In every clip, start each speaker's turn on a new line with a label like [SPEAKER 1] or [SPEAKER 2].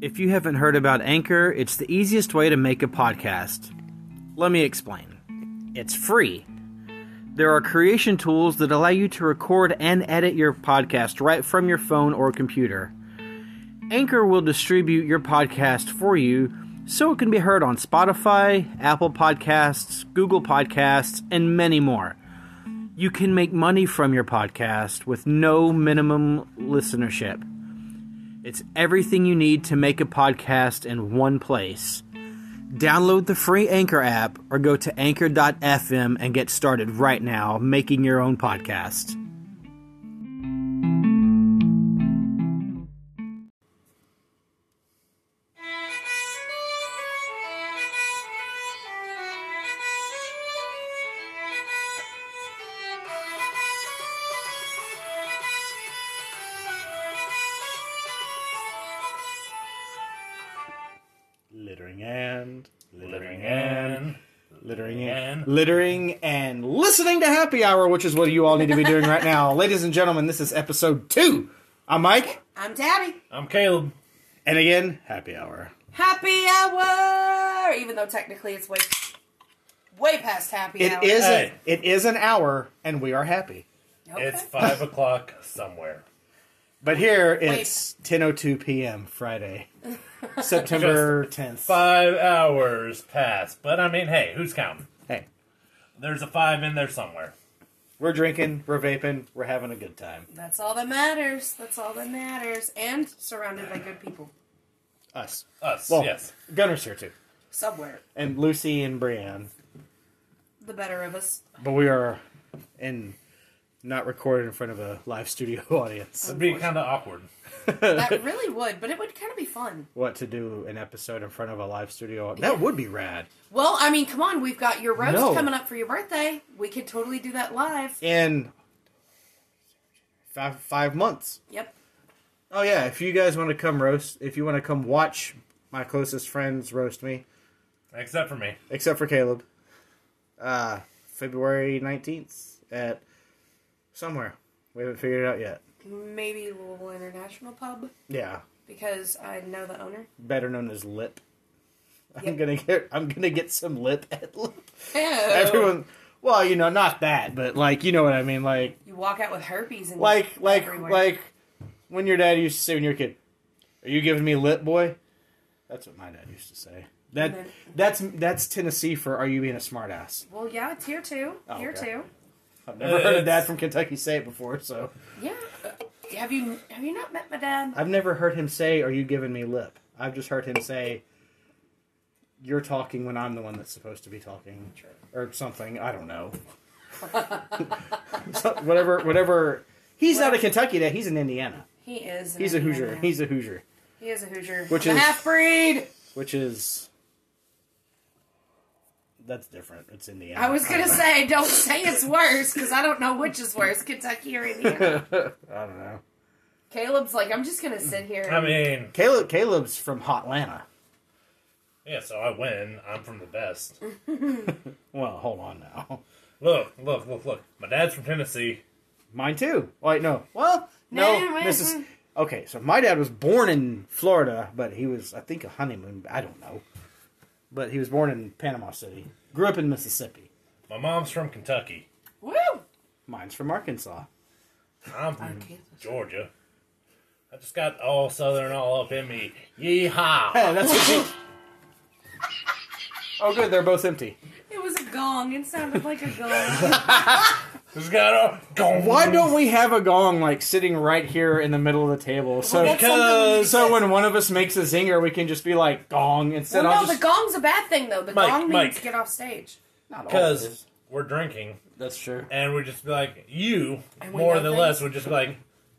[SPEAKER 1] If you haven't heard about Anchor, it's the easiest way to make a podcast. Let me explain. It's free. There are creation tools that allow you to record and edit your podcast right from your phone or computer. Anchor will distribute your podcast for you so it can be heard on Spotify, Apple Podcasts, Google Podcasts, and many more. You can make money from your podcast with no minimum listenership. It's everything you need to make a podcast in one place. Download the free Anchor app or go to anchor.fm and get started right now making your own podcast.
[SPEAKER 2] Littering and littering
[SPEAKER 3] and-
[SPEAKER 2] littering
[SPEAKER 3] and-
[SPEAKER 1] Littering and listening to Happy Hour, which is what you all need to be doing right now. Ladies and gentlemen, this is episode two. I'm Mike,
[SPEAKER 4] I'm Tabby.
[SPEAKER 3] I'm Caleb.
[SPEAKER 1] and again,
[SPEAKER 2] happy hour.
[SPEAKER 4] Happy hour! Even though technically it's way, way past happy hour.
[SPEAKER 1] it is
[SPEAKER 3] Hey.
[SPEAKER 1] it is an hour, and we are happy.
[SPEAKER 4] Okay.
[SPEAKER 3] It's five o'clock somewhere.
[SPEAKER 1] But here it's 10:02 p.m. Friday, September 10th.
[SPEAKER 3] Five hours pass, but I mean, hey, who's counting?
[SPEAKER 1] Hey,
[SPEAKER 3] There's a five in there somewhere.
[SPEAKER 1] we're drinking, we're vaping, we're having a good time.
[SPEAKER 4] That's all that matters. That's all that matters. And surrounded by good people
[SPEAKER 1] Us,
[SPEAKER 3] Us,
[SPEAKER 1] Well-
[SPEAKER 3] yes.
[SPEAKER 1] Gunner's here too,
[SPEAKER 4] somewhere.
[SPEAKER 1] and Lucy and Brianne.
[SPEAKER 4] The better of us.
[SPEAKER 1] But we are in not recorded in front of a live studio audience.
[SPEAKER 3] It'd be kind of awkward.
[SPEAKER 4] That really would, but it would kind of be fun.
[SPEAKER 1] What to do an episode in front of a live studio? That would be rad.
[SPEAKER 4] Well, I mean, come on. We've got your roast
[SPEAKER 1] No.
[SPEAKER 4] coming up for your birthday. We could totally do that live.
[SPEAKER 1] In five five months.
[SPEAKER 4] Yep.
[SPEAKER 1] Oh yeah, if you guys want to come roast, if you want to come watch my closest friends roast me,
[SPEAKER 3] Except for me.
[SPEAKER 1] except for Caleb. Uh, February 19th at somewhere. We haven't figured it out yet.
[SPEAKER 4] Maybe Louisville International Pub
[SPEAKER 1] Yeah,
[SPEAKER 4] because I know the owner.
[SPEAKER 1] better known as Lip. I'm
[SPEAKER 4] Yep. Oh.
[SPEAKER 1] gonna get I'm gonna get some lip at lip.
[SPEAKER 4] Ew.
[SPEAKER 1] Everyone, well, you know, not that, but like you know what I mean, like
[SPEAKER 4] You walk out with herpes and
[SPEAKER 1] like like
[SPEAKER 4] everywhere.
[SPEAKER 1] like when your dad used to say when you were a kid, "Are you giving me lip, boy?" That's what my dad used to say. That
[SPEAKER 4] And then-
[SPEAKER 1] that's that's Tennessee for "Are you being a smartass?"
[SPEAKER 4] Well, yeah, tier two,
[SPEAKER 1] Oh,
[SPEAKER 4] tier
[SPEAKER 1] okay.
[SPEAKER 4] two.
[SPEAKER 1] I've
[SPEAKER 4] Uh,
[SPEAKER 1] never heard a dad
[SPEAKER 3] It's-
[SPEAKER 1] from Kentucky say it before, so
[SPEAKER 4] Yeah. Uh, Have you have you not met my dad?
[SPEAKER 1] I've never heard him say, "Are you giving me lip?" I've just heard him say, "You're talking when I'm the one that's supposed to be talking," or something. I don't know. So, whatever, whatever. He's not a Kentucky dad. He's in Indiana.
[SPEAKER 4] He is. an
[SPEAKER 1] He's a Hoosier.
[SPEAKER 4] Indiana.
[SPEAKER 1] He's a Hoosier,
[SPEAKER 4] he is a Hoosier.
[SPEAKER 1] Which
[SPEAKER 4] I'm a
[SPEAKER 1] is-
[SPEAKER 4] half breed.
[SPEAKER 1] which is that's different. It's Indiana.
[SPEAKER 4] I was gonna say, don't say it's worse because I don't know which is worse, Kentucky or Indiana.
[SPEAKER 1] I don't know.
[SPEAKER 4] Caleb's like, I'm just gonna sit here.
[SPEAKER 3] I mean,
[SPEAKER 1] Caleb. Caleb's from Hotlanta.
[SPEAKER 3] yeah, so I win. I'm from the best.
[SPEAKER 1] Well, hold on now.
[SPEAKER 3] Look, look, look, look. My dad's from Tennessee.
[SPEAKER 1] Mine too. Wait, no. Well, no.
[SPEAKER 4] No, wait,
[SPEAKER 1] this is
[SPEAKER 4] mm.
[SPEAKER 1] okay. So my dad was born in Florida, but he was, I think, a honeymoon. I don't know, but he was born in Panama City. Grew up in Mississippi.
[SPEAKER 3] My mom's from Kentucky.
[SPEAKER 4] woo.
[SPEAKER 1] Mine's from Arkansas.
[SPEAKER 3] I'm from
[SPEAKER 4] Arkansas.
[SPEAKER 3] Georgia. I just got all southern all up in me. Yeehaw!
[SPEAKER 1] Hey, that's what you- oh, good. They're both empty.
[SPEAKER 4] It was a gong. It sounded like a gong.
[SPEAKER 3] Just got all gone.
[SPEAKER 1] Why don't we have a gong like sitting right here in the middle of the table? So.
[SPEAKER 4] That's something we
[SPEAKER 3] uh,
[SPEAKER 1] So when one of us makes a zinger, we can just be like gong
[SPEAKER 4] Well,
[SPEAKER 1] instead
[SPEAKER 4] no,
[SPEAKER 1] of just
[SPEAKER 4] the gong's a bad thing though. The
[SPEAKER 3] Mike,
[SPEAKER 4] gong means
[SPEAKER 3] Mike.
[SPEAKER 4] get off stage.
[SPEAKER 1] Not all of us.
[SPEAKER 3] Because we're drinking,
[SPEAKER 1] that's true.
[SPEAKER 3] and we just be like, you,
[SPEAKER 4] And we
[SPEAKER 3] more
[SPEAKER 4] know
[SPEAKER 3] than
[SPEAKER 4] things.
[SPEAKER 3] less, would just be like,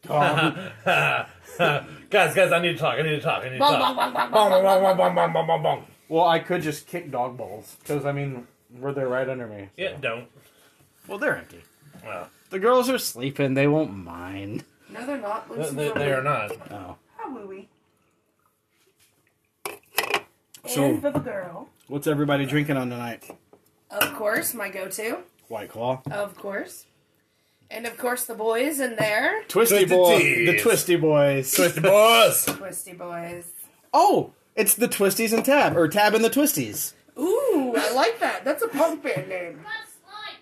[SPEAKER 1] Gong.
[SPEAKER 3] guys, guys, I need to talk. I need to talk. I need to
[SPEAKER 4] Bong,
[SPEAKER 3] talk.
[SPEAKER 4] bong, bong, bong,
[SPEAKER 3] Bong,
[SPEAKER 4] bong,
[SPEAKER 3] bong, bong, bong, bong, bong, bong.
[SPEAKER 1] well, I could just kick dog balls because I mean were they right under me?
[SPEAKER 3] Yeah, don't.
[SPEAKER 1] Well, they're empty.
[SPEAKER 3] Uh,
[SPEAKER 1] The girls are sleeping. They won't mind.
[SPEAKER 4] No, they're not.
[SPEAKER 3] they,
[SPEAKER 4] Lucy's
[SPEAKER 3] they-
[SPEAKER 4] not.
[SPEAKER 3] they are not.
[SPEAKER 1] Oh.
[SPEAKER 4] How woo we?
[SPEAKER 1] So-
[SPEAKER 4] and Bubba Girl.
[SPEAKER 1] What's everybody drinking on tonight?
[SPEAKER 4] Of course, my go to.
[SPEAKER 1] White Claw.
[SPEAKER 4] Of course. And of course, the boys in there.
[SPEAKER 1] Twisty
[SPEAKER 3] Twisted
[SPEAKER 1] Boy.
[SPEAKER 3] Teas.
[SPEAKER 1] The Twisty Boys.
[SPEAKER 3] Twisted boys.
[SPEAKER 4] Twisty boys.
[SPEAKER 1] Oh, it's the Twisties and Tab, or Tab and the Twisties.
[SPEAKER 4] Ooh, I like that. That's a punk band name.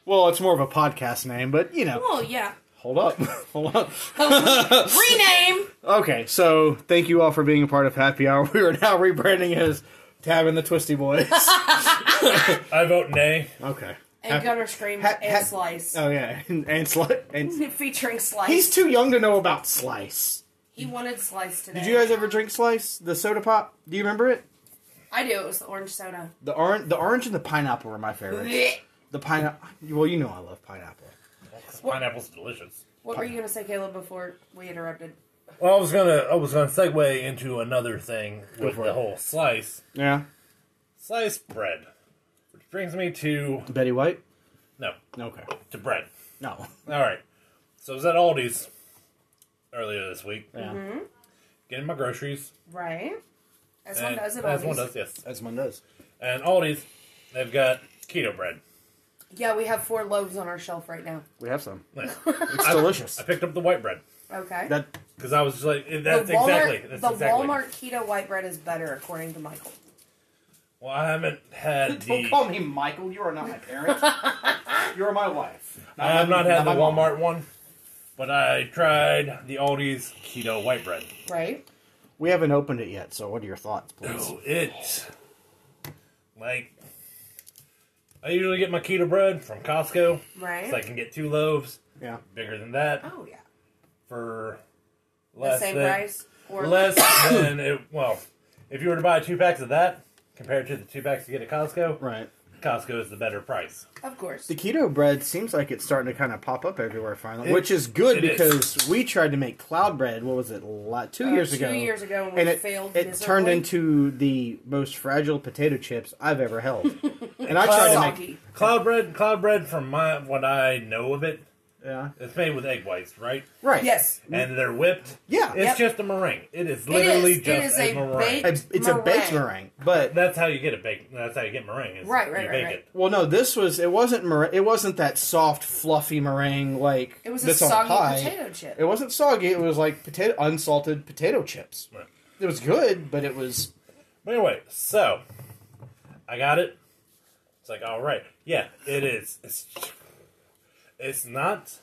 [SPEAKER 1] Well, it's more of a podcast name, but you know.
[SPEAKER 4] Oh yeah.
[SPEAKER 1] Hold up, hold up.
[SPEAKER 4] Rename.
[SPEAKER 1] Okay, so thank you all for being a part of Happy Hour. We are now rebranding as Tab and the Twisty Boys.
[SPEAKER 3] I vote nay.
[SPEAKER 1] okay.
[SPEAKER 4] And Gunner Scream
[SPEAKER 1] Ha- ha-
[SPEAKER 4] and Slice.
[SPEAKER 1] Oh yeah, and, and Slice. And
[SPEAKER 4] Featuring Slice.
[SPEAKER 1] he's too young to know about Slice.
[SPEAKER 4] he wanted Slice today.
[SPEAKER 1] Did you guys ever drink Slice? The soda pop? Do you remember it?
[SPEAKER 4] I do. It was the orange soda.
[SPEAKER 1] The orange, the orange and the pineapple were my favorites.
[SPEAKER 4] Blech.
[SPEAKER 1] The pineapple. Well, you know I love pineapple.
[SPEAKER 3] Pineapple's delicious.
[SPEAKER 4] What were you gonna say, Caleb? Before we interrupted.
[SPEAKER 3] Well, I was gonna I was gonna segue into another thing with the whole slice
[SPEAKER 1] Yeah.
[SPEAKER 3] slice bread, which brings me to
[SPEAKER 1] Betty White.
[SPEAKER 3] no
[SPEAKER 1] Okay.
[SPEAKER 3] to bread.
[SPEAKER 1] No.
[SPEAKER 3] All right, so I was at Aldi's earlier this week
[SPEAKER 1] Yeah.
[SPEAKER 3] getting my groceries.
[SPEAKER 4] Right. As one
[SPEAKER 3] and-
[SPEAKER 4] does it
[SPEAKER 3] Eh, as one
[SPEAKER 4] always.
[SPEAKER 3] does, yes.
[SPEAKER 1] As one does.
[SPEAKER 3] And Aldi's, they've got keto bread.
[SPEAKER 4] Yeah, we have four loaves on our shelf right now.
[SPEAKER 1] We have some.
[SPEAKER 3] I
[SPEAKER 1] It's delicious.
[SPEAKER 3] picked up the white bread
[SPEAKER 4] Okay.
[SPEAKER 1] That
[SPEAKER 3] because I was just like, eh, that's
[SPEAKER 4] the Walmart,
[SPEAKER 3] exactly that's
[SPEAKER 4] the
[SPEAKER 3] exactly.
[SPEAKER 4] Walmart keto white bread is better, according to Michael.
[SPEAKER 3] Well, I haven't had
[SPEAKER 1] Don't
[SPEAKER 3] the
[SPEAKER 1] call me Michael. You are not my parent. you are my wife.
[SPEAKER 3] I have not had the
[SPEAKER 1] my mom.
[SPEAKER 3] Walmart one, but I tried the Aldi's keto white bread.
[SPEAKER 4] Right?
[SPEAKER 1] We haven't opened it yet, so what are your thoughts, please?
[SPEAKER 3] Oh, it. Like, I usually get my keto bread from Costco,
[SPEAKER 4] Right.
[SPEAKER 3] so I can get two loaves.
[SPEAKER 1] Yeah.
[SPEAKER 3] Bigger than that
[SPEAKER 4] oh yeah.
[SPEAKER 3] for
[SPEAKER 4] The
[SPEAKER 3] less
[SPEAKER 4] same
[SPEAKER 3] than
[SPEAKER 4] price. Or
[SPEAKER 3] less than it. Well, if you were to buy two packs of that compared to the two packs you get at Costco,
[SPEAKER 1] Right.
[SPEAKER 3] Costco is the better price.
[SPEAKER 4] of course.
[SPEAKER 1] The keto bread seems like it's starting to kind of pop up everywhere finally,
[SPEAKER 3] It-
[SPEAKER 1] which is good
[SPEAKER 3] it
[SPEAKER 1] because we tried to make cloud bread. What was it? la- Two
[SPEAKER 4] Uh,
[SPEAKER 1] years
[SPEAKER 4] two
[SPEAKER 1] ago.
[SPEAKER 4] years ago, and we
[SPEAKER 1] and it
[SPEAKER 4] failed
[SPEAKER 1] it turned
[SPEAKER 4] miserably.
[SPEAKER 1] into the most fragile potato chips I've ever held. and I tried to make.
[SPEAKER 4] soggy.
[SPEAKER 3] Cloud bread, cloud bread, from my what I know of it,
[SPEAKER 1] Yeah.
[SPEAKER 3] it's made with egg whites, right?
[SPEAKER 1] Right.
[SPEAKER 4] Yes.
[SPEAKER 3] And they're whipped.
[SPEAKER 1] Yeah.
[SPEAKER 3] it's
[SPEAKER 1] Yep.
[SPEAKER 3] just a meringue. It is literally
[SPEAKER 4] Mm. It is- it
[SPEAKER 3] just
[SPEAKER 4] is
[SPEAKER 3] a,
[SPEAKER 4] a
[SPEAKER 3] meringue.
[SPEAKER 4] baked
[SPEAKER 1] It's, it's a baked meringue,
[SPEAKER 4] Meringue.
[SPEAKER 1] but
[SPEAKER 3] That's how you get a bake. That's how you get meringue. Is
[SPEAKER 4] Right, right,
[SPEAKER 3] you
[SPEAKER 4] right,
[SPEAKER 3] bake
[SPEAKER 4] right.
[SPEAKER 3] It.
[SPEAKER 1] Well, no, this was it wasn't mer- it wasn't that soft, fluffy meringue like
[SPEAKER 4] It was a
[SPEAKER 1] that's
[SPEAKER 4] soggy
[SPEAKER 1] on pie.
[SPEAKER 4] potato chip.
[SPEAKER 1] It wasn't soggy. It was like potato unsalted potato chips.
[SPEAKER 3] Right.
[SPEAKER 1] It was good, but it was
[SPEAKER 3] But anyway, so I got it. It's like all right, yeah, it is. It's it's not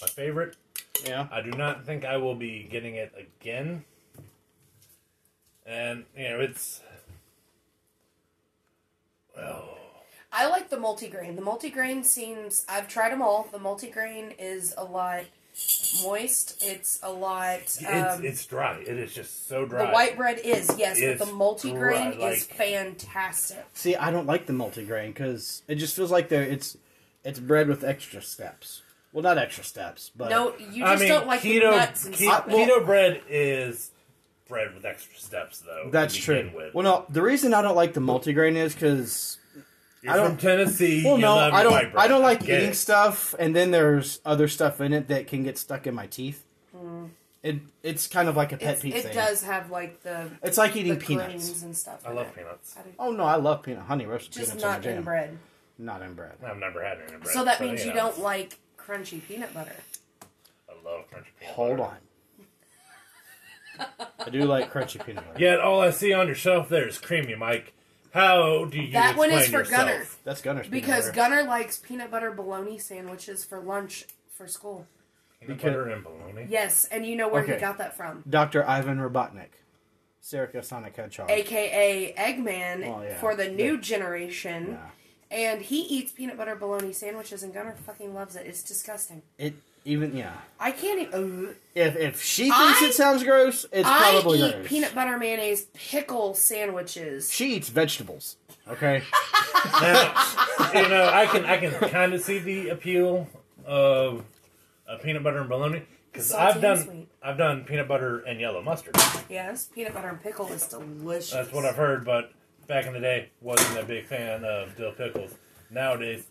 [SPEAKER 3] my favorite.
[SPEAKER 1] yeah.
[SPEAKER 3] I do not think I will be getting it again. And you know, it's
[SPEAKER 4] I like the multigrain. The multigrain seems I've tried them all. The multigrain is a lot moist. It's a lot.
[SPEAKER 3] it's
[SPEAKER 4] Um,
[SPEAKER 3] it's dry. It is just so
[SPEAKER 4] the
[SPEAKER 3] dry.
[SPEAKER 4] white bread is yes,
[SPEAKER 3] It's
[SPEAKER 4] but the multigrain
[SPEAKER 3] dry,
[SPEAKER 4] is
[SPEAKER 3] like-
[SPEAKER 4] fantastic.
[SPEAKER 1] See, I don't like the multigrain because it just feels like there it's it's bread with extra steps. Well, not extra steps, but
[SPEAKER 4] No, you
[SPEAKER 3] Uh, I
[SPEAKER 4] just
[SPEAKER 3] mean,
[SPEAKER 4] don't like
[SPEAKER 3] keto
[SPEAKER 4] the nuts and
[SPEAKER 3] ke-
[SPEAKER 4] stuff.
[SPEAKER 1] I- well-
[SPEAKER 3] keto bread is bread with extra steps, though.
[SPEAKER 1] that's
[SPEAKER 3] to
[SPEAKER 1] true.
[SPEAKER 3] begin With.
[SPEAKER 1] Well, no, the reason I don't like the multigrain is because
[SPEAKER 3] You're
[SPEAKER 1] I
[SPEAKER 3] from
[SPEAKER 1] don't-
[SPEAKER 3] Tennessee.
[SPEAKER 1] well,
[SPEAKER 3] you
[SPEAKER 1] no,
[SPEAKER 3] love
[SPEAKER 1] I
[SPEAKER 3] your
[SPEAKER 1] don't
[SPEAKER 3] white bread.
[SPEAKER 1] I don't like
[SPEAKER 3] Get
[SPEAKER 1] eating
[SPEAKER 3] it.
[SPEAKER 1] stuff, and then there's other stuff in it that can get stuck in my teeth. It it's kind of like a pet
[SPEAKER 4] Mm. It's-
[SPEAKER 1] peeve
[SPEAKER 4] it
[SPEAKER 1] thing.
[SPEAKER 4] does have like the
[SPEAKER 1] It's like
[SPEAKER 4] the
[SPEAKER 1] eating peanuts.
[SPEAKER 4] grains and stuff.
[SPEAKER 3] I
[SPEAKER 4] in
[SPEAKER 3] love
[SPEAKER 4] it.
[SPEAKER 3] peanuts.
[SPEAKER 4] I don't-
[SPEAKER 1] Oh no, I love peanut honey roasted
[SPEAKER 4] Just
[SPEAKER 1] peanuts on
[SPEAKER 4] not
[SPEAKER 1] the jam.
[SPEAKER 4] in bread.
[SPEAKER 1] Not in bread.
[SPEAKER 3] I've never had any bread.
[SPEAKER 4] So that
[SPEAKER 3] but,
[SPEAKER 4] means you
[SPEAKER 3] know,
[SPEAKER 4] don't like crunchy peanut butter.
[SPEAKER 3] I love crunchy peanut.
[SPEAKER 1] Hold on. I do like crunchy peanut butter.
[SPEAKER 3] Yet all I see on your shelf there is creamy, Mike. How do you
[SPEAKER 4] That one is
[SPEAKER 3] explain
[SPEAKER 4] for
[SPEAKER 3] yourself?
[SPEAKER 4] Gunner.
[SPEAKER 1] That's Gunner's peanut
[SPEAKER 4] Because
[SPEAKER 1] butter.
[SPEAKER 4] Gunner likes peanut butter bologna sandwiches for lunch for school.
[SPEAKER 3] Peanut
[SPEAKER 1] Because-
[SPEAKER 3] butter and bologna.
[SPEAKER 4] Yes, and you know where
[SPEAKER 1] Okay.
[SPEAKER 4] he got that from.
[SPEAKER 1] Dr. Ivan Robotnik, Serica Sonic Hedgehog.
[SPEAKER 4] AKA Eggman
[SPEAKER 1] Well, Oh, yeah.
[SPEAKER 4] for the new
[SPEAKER 1] Yeah.
[SPEAKER 4] generation.
[SPEAKER 1] Yeah.
[SPEAKER 4] And he eats peanut butter bologna sandwiches, and Gunner fucking loves it. It's disgusting.
[SPEAKER 1] It even yeah.
[SPEAKER 4] I can't eat. Ugh.
[SPEAKER 1] If if she thinks
[SPEAKER 4] I-
[SPEAKER 1] it sounds gross, it's
[SPEAKER 4] I
[SPEAKER 1] probably
[SPEAKER 4] eat
[SPEAKER 1] gross.
[SPEAKER 4] peanut butter mayonnaise pickle sandwiches.
[SPEAKER 1] She eats vegetables. Okay.
[SPEAKER 3] you know, I can I can kind of see the appeal of a peanut butter and bologna because
[SPEAKER 4] Salty
[SPEAKER 3] I've
[SPEAKER 4] and
[SPEAKER 3] done
[SPEAKER 4] sweet.
[SPEAKER 3] I've done peanut butter and yellow mustard.
[SPEAKER 4] Yes, peanut butter and pickle is delicious.
[SPEAKER 3] That's what I've heard, but back in the day, wasn't a big fan of dill pickles. Nowadays,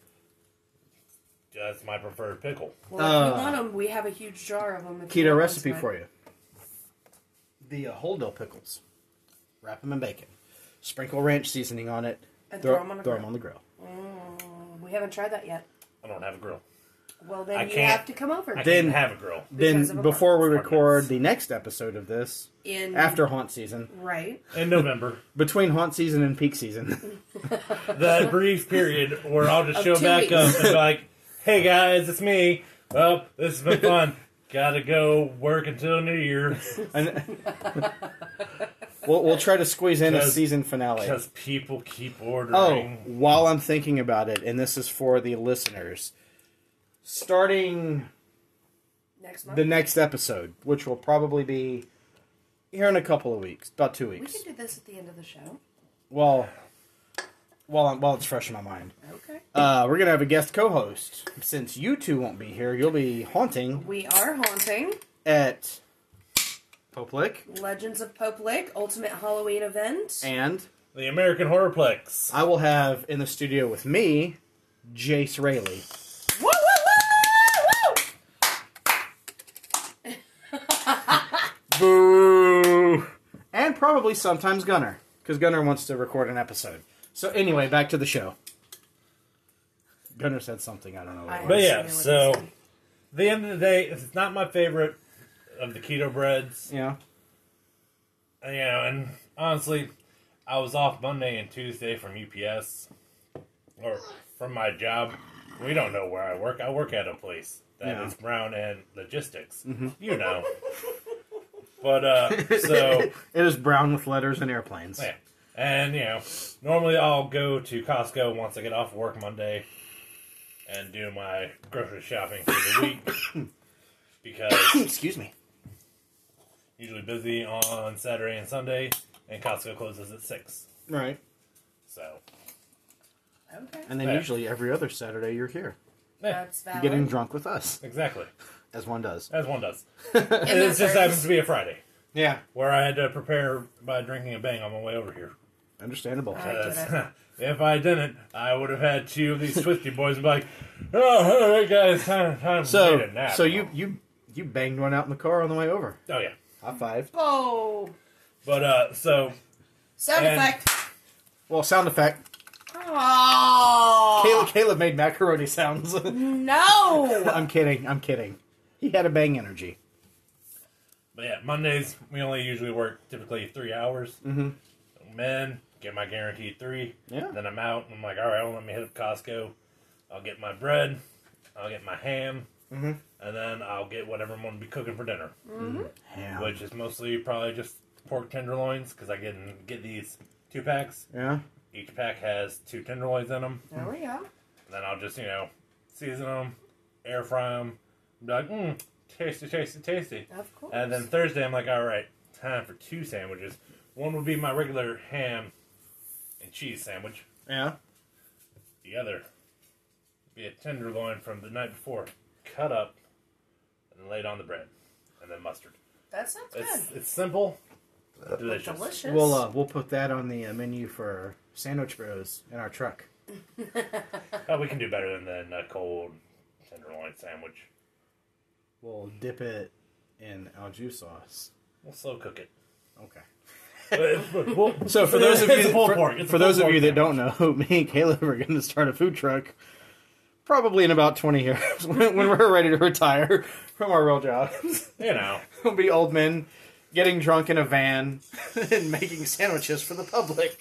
[SPEAKER 3] that's my preferred pickle.
[SPEAKER 4] Well, if
[SPEAKER 1] Uh,
[SPEAKER 4] you want them, we have a huge jar of them.
[SPEAKER 1] Keto recipe for you. The uh, whole dill pickles. Wrap them in bacon. Sprinkle ranch seasoning on it.
[SPEAKER 4] And
[SPEAKER 1] throw
[SPEAKER 4] throw 'em on the grill.
[SPEAKER 1] them on the grill.
[SPEAKER 4] We haven't Mm, tried that yet.
[SPEAKER 3] I don't have a grill.
[SPEAKER 4] Well, then
[SPEAKER 3] I
[SPEAKER 4] you
[SPEAKER 3] can't-
[SPEAKER 4] have to come over.
[SPEAKER 3] I
[SPEAKER 1] Then-
[SPEAKER 3] can have a grill.
[SPEAKER 4] Because of
[SPEAKER 1] Then
[SPEAKER 4] a
[SPEAKER 1] before we
[SPEAKER 3] month.
[SPEAKER 1] record the next episode of this,
[SPEAKER 4] in
[SPEAKER 1] after haunt season,
[SPEAKER 4] right.
[SPEAKER 3] In November,
[SPEAKER 1] between haunt season and peak season,
[SPEAKER 3] that brief period where I'll just
[SPEAKER 4] Of
[SPEAKER 3] show
[SPEAKER 4] two
[SPEAKER 3] back
[SPEAKER 4] weeks.
[SPEAKER 3] up and be like, "Hey guys, it's me. Well, this has been fun. Gotta go work until New Year
[SPEAKER 1] and we'll we'll try to squeeze in a
[SPEAKER 3] Because-
[SPEAKER 1] season finale.
[SPEAKER 3] because people keep
[SPEAKER 1] Oh,
[SPEAKER 3] ordering."
[SPEAKER 1] while I'm thinking about it, and this is for the listeners, starting
[SPEAKER 4] Next month.
[SPEAKER 1] the next episode, which will probably be here in a couple of weeks, about two
[SPEAKER 4] we
[SPEAKER 1] weeks.
[SPEAKER 4] can do this at the end of the show.
[SPEAKER 1] Well, while I'm, while it's fresh in my mind,
[SPEAKER 4] Okay.
[SPEAKER 1] uh, we're gonna have a guest co-host. Since you two won't be here, you'll be haunting
[SPEAKER 4] We are haunting
[SPEAKER 1] at Poplick
[SPEAKER 4] Legends of Pope Lick Ultimate Halloween Event.
[SPEAKER 1] and
[SPEAKER 3] The American Horrorplex.
[SPEAKER 1] I will have in the studio with me Jace Rayleigh.
[SPEAKER 4] Woo, woo, woo, woo!
[SPEAKER 1] Boo! And probably sometimes Gunner, because Gunner wants to record an episode. So anyway, back to the show. Gunner said something I don't know. What it
[SPEAKER 4] I
[SPEAKER 1] was.
[SPEAKER 3] But
[SPEAKER 4] honestly
[SPEAKER 3] yeah,
[SPEAKER 4] know what
[SPEAKER 3] so-
[SPEAKER 4] this is.
[SPEAKER 3] At the end of the day, it's not my favorite of the keto breads.
[SPEAKER 1] Yeah.
[SPEAKER 3] You know, and honestly, I was off Monday and Tuesday from UPS or from my job. We don't know where I work. I work at a place that is
[SPEAKER 1] Yeah. Mm-hmm.
[SPEAKER 3] Brown and Logistics. You know. but uh so
[SPEAKER 1] It is brown with letters and airplanes.
[SPEAKER 3] Oh, yeah. And you know, normally I'll go to Costco once I get off work Monday and do my grocery shopping for the week because
[SPEAKER 1] Excuse me.
[SPEAKER 3] usually busy on Saturday and Sunday, and Costco closes at six.
[SPEAKER 1] Right.
[SPEAKER 3] So
[SPEAKER 4] Okay.
[SPEAKER 1] And then
[SPEAKER 3] Yeah.
[SPEAKER 1] usually every other Saturday you're here,
[SPEAKER 3] yeah,
[SPEAKER 4] That's valid.
[SPEAKER 1] getting drunk with us,
[SPEAKER 3] exactly
[SPEAKER 1] as one does.
[SPEAKER 3] as one does.
[SPEAKER 4] And
[SPEAKER 3] It
[SPEAKER 4] that's
[SPEAKER 3] just happens
[SPEAKER 4] ours.
[SPEAKER 3] to be a Friday
[SPEAKER 1] Yeah.
[SPEAKER 3] where I had to prepare by drinking a bang on my way over here.
[SPEAKER 1] Understandable.
[SPEAKER 4] I get it.
[SPEAKER 3] Because if I didn't, I would have had two of these twisty boys and be like, "Oh, all right, guys, time time to
[SPEAKER 1] so
[SPEAKER 3] take a nap."
[SPEAKER 1] so you you you banged one out in the car on the way over.
[SPEAKER 3] oh yeah,
[SPEAKER 1] High five.
[SPEAKER 4] Oh,
[SPEAKER 3] but uh, so
[SPEAKER 4] sound
[SPEAKER 3] And-
[SPEAKER 4] effect.
[SPEAKER 1] Well, sound effect.
[SPEAKER 4] Oh,
[SPEAKER 1] Caleb, Caleb made macaroni sounds.
[SPEAKER 4] no.
[SPEAKER 1] I'm kidding. I'm kidding. He had a bang energy.
[SPEAKER 3] but yeah, Mondays we only usually work typically three hours. Mm-hmm. Men get my guaranteed three.
[SPEAKER 1] Yeah.
[SPEAKER 3] Then I'm out. And I'm like, all right, well, let me hit up Costco. I'll get my bread. I'll get my ham. Mm-hmm. And then I'll get whatever I'm going to be cooking for dinner,
[SPEAKER 1] Yeah.
[SPEAKER 3] which is mostly probably just pork tenderloins because I can get these two packs.
[SPEAKER 1] yeah.
[SPEAKER 3] Each pack has two tenderloins in them.
[SPEAKER 4] There we go.
[SPEAKER 3] Then I'll just, you know, season them, air fry them. Be like, mmm, tasty, tasty, tasty.
[SPEAKER 4] Of course.
[SPEAKER 3] And then Thursday, I'm like, all right, time for two sandwiches. One would be my regular ham and cheese sandwich.
[SPEAKER 1] Yeah.
[SPEAKER 3] The other would be a tenderloin from the night before, cut up and laid on the bread, and then mustard.
[SPEAKER 4] that sounds good.
[SPEAKER 3] It's it's simple, delicious.
[SPEAKER 4] Delicious.
[SPEAKER 1] We'll uh, we'll put that on the uh, menu for Sandwich Bros in our truck.
[SPEAKER 3] Oh, we can do better than a cold tenderloin sandwich.
[SPEAKER 1] We'll dip it in au jus sauce.
[SPEAKER 3] We'll slow cook it.
[SPEAKER 1] Okay.
[SPEAKER 3] But we'll-
[SPEAKER 1] So for those of you
[SPEAKER 3] It's a
[SPEAKER 1] that,
[SPEAKER 3] pulled
[SPEAKER 1] for,
[SPEAKER 3] pork. It's a
[SPEAKER 1] for those
[SPEAKER 3] pulled
[SPEAKER 1] of you
[SPEAKER 3] pork
[SPEAKER 1] that don't know, me and Caleb are going to start a food truck, probably in about twenty years when, when we're ready to retire from our real jobs.
[SPEAKER 3] you know.
[SPEAKER 1] we'll be old men getting drunk in a van and making sandwiches for the public,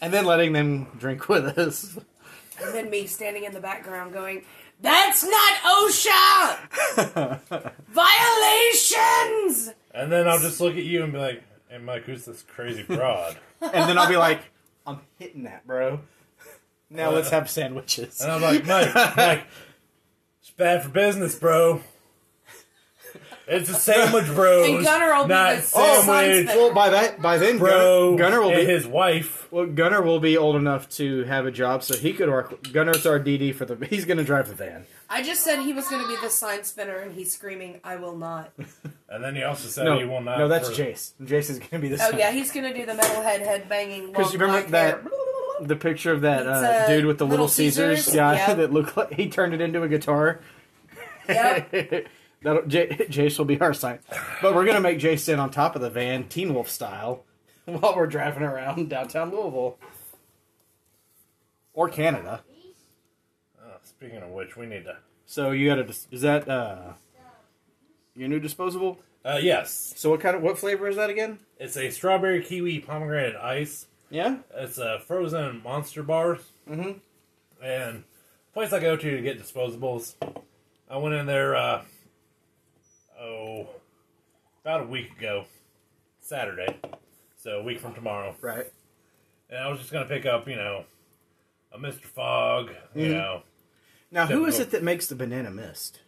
[SPEAKER 1] and then letting them drink with us.
[SPEAKER 4] and then me standing in the background going, "That's not OSHA violations."
[SPEAKER 3] And then I'll just look at you and be like, "Hey, Mike, who's this crazy broad?"
[SPEAKER 1] and then I'll be like, I'm hitting that, bro. Now
[SPEAKER 3] Uh,
[SPEAKER 1] let's have sandwiches.
[SPEAKER 3] and I'm like, "Mike, Mike, it's bad for business, bro. It's a sandwich, bro.
[SPEAKER 4] And Gunnar will be
[SPEAKER 3] not
[SPEAKER 4] the
[SPEAKER 3] sandwich,
[SPEAKER 4] science
[SPEAKER 1] Well, by that, by then,
[SPEAKER 3] bro.
[SPEAKER 1] Gunner, Gunner will
[SPEAKER 3] and
[SPEAKER 1] be
[SPEAKER 3] his wife.
[SPEAKER 1] well, Gunner will be old enough to have a job, so he could work. Gunner's our DD for the. He's gonna drive the van.
[SPEAKER 4] I just said he was going to be the sign spinner, and he's screaming, "I will not."
[SPEAKER 3] And then he also said
[SPEAKER 1] No,
[SPEAKER 3] he will not.
[SPEAKER 1] no, that's
[SPEAKER 3] for-
[SPEAKER 1] Jace. Jace is gonna be the.
[SPEAKER 4] Oh yeah, he's going to do the metalhead head banging. Because
[SPEAKER 1] you remember that- the picture of that uh,
[SPEAKER 4] It's, uh,
[SPEAKER 1] dude with the little,
[SPEAKER 4] Little
[SPEAKER 1] Caesars,
[SPEAKER 4] Caesars,
[SPEAKER 1] guy
[SPEAKER 4] yeah.
[SPEAKER 1] that looked like he turned it into a guitar.
[SPEAKER 4] Yep.
[SPEAKER 1] That'll, J- Jace will be our sign. But we're going to make Jace sit on top of the van, Teen Wolf style, while we're driving around downtown Louisville. Or Canada.
[SPEAKER 3] Oh, speaking of Uh, which, we need to
[SPEAKER 1] So you got a dis- is that uh your new disposable?
[SPEAKER 3] Uh, yes,
[SPEAKER 1] So what kind of what flavor is that again?
[SPEAKER 3] it's a strawberry kiwi pomegranate ice.
[SPEAKER 1] Yeah.
[SPEAKER 3] It's a frozen monster bar.
[SPEAKER 1] Mhm.
[SPEAKER 3] And place I go to to get disposables. I went in there, uh, oh, about a week ago, Saturday, so a week from tomorrow.
[SPEAKER 1] Right.
[SPEAKER 3] And I was just gonna pick up, you know, a Mr. Fog, you
[SPEAKER 1] Mhm.
[SPEAKER 3] know,
[SPEAKER 1] Now, who is
[SPEAKER 3] Typical.
[SPEAKER 1] it that makes the banana mist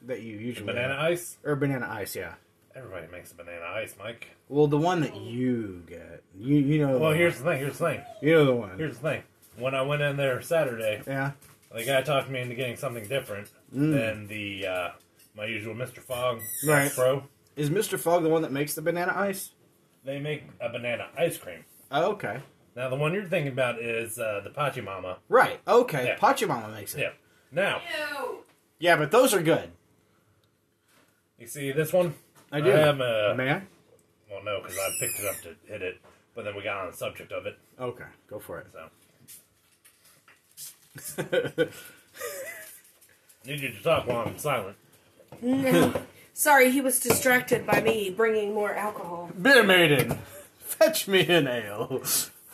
[SPEAKER 1] that you usually
[SPEAKER 3] banana
[SPEAKER 1] have?
[SPEAKER 3] ice.
[SPEAKER 1] or banana ice? Yeah.
[SPEAKER 3] Everybody makes a banana ice, Mike.
[SPEAKER 1] Well, the one that you get, you you know.
[SPEAKER 3] Well,
[SPEAKER 1] the
[SPEAKER 3] here's the thing. Here's the thing.
[SPEAKER 1] one. you know the one.
[SPEAKER 3] Here's the thing. When I went in there Saturday,
[SPEAKER 1] yeah.
[SPEAKER 3] the guy talked me into getting something different than the uh, my usual Mr. Fog
[SPEAKER 1] Mm. Right.
[SPEAKER 3] Pro.
[SPEAKER 1] Is Mr. Fogg the one that makes the banana ice?
[SPEAKER 3] They make a banana ice cream.
[SPEAKER 1] Oh, okay.
[SPEAKER 3] Now the one you're thinking about is uh, the Pachamama.
[SPEAKER 1] Right. Okay.
[SPEAKER 3] Yeah.
[SPEAKER 1] Pachamama makes it.
[SPEAKER 3] Yeah. Now
[SPEAKER 4] Ew.
[SPEAKER 1] Yeah, but those are good.
[SPEAKER 3] you see this one.
[SPEAKER 1] I do.
[SPEAKER 3] have a
[SPEAKER 1] May I?
[SPEAKER 3] well, no, because I picked it up to hit it, but then we got on the subject of it.
[SPEAKER 1] Okay. Go for it.
[SPEAKER 3] So need you to talk while I'm silent.
[SPEAKER 4] Sorry, he was distracted by me bringing more alcohol.
[SPEAKER 1] Beer maiden, fetch me an ale.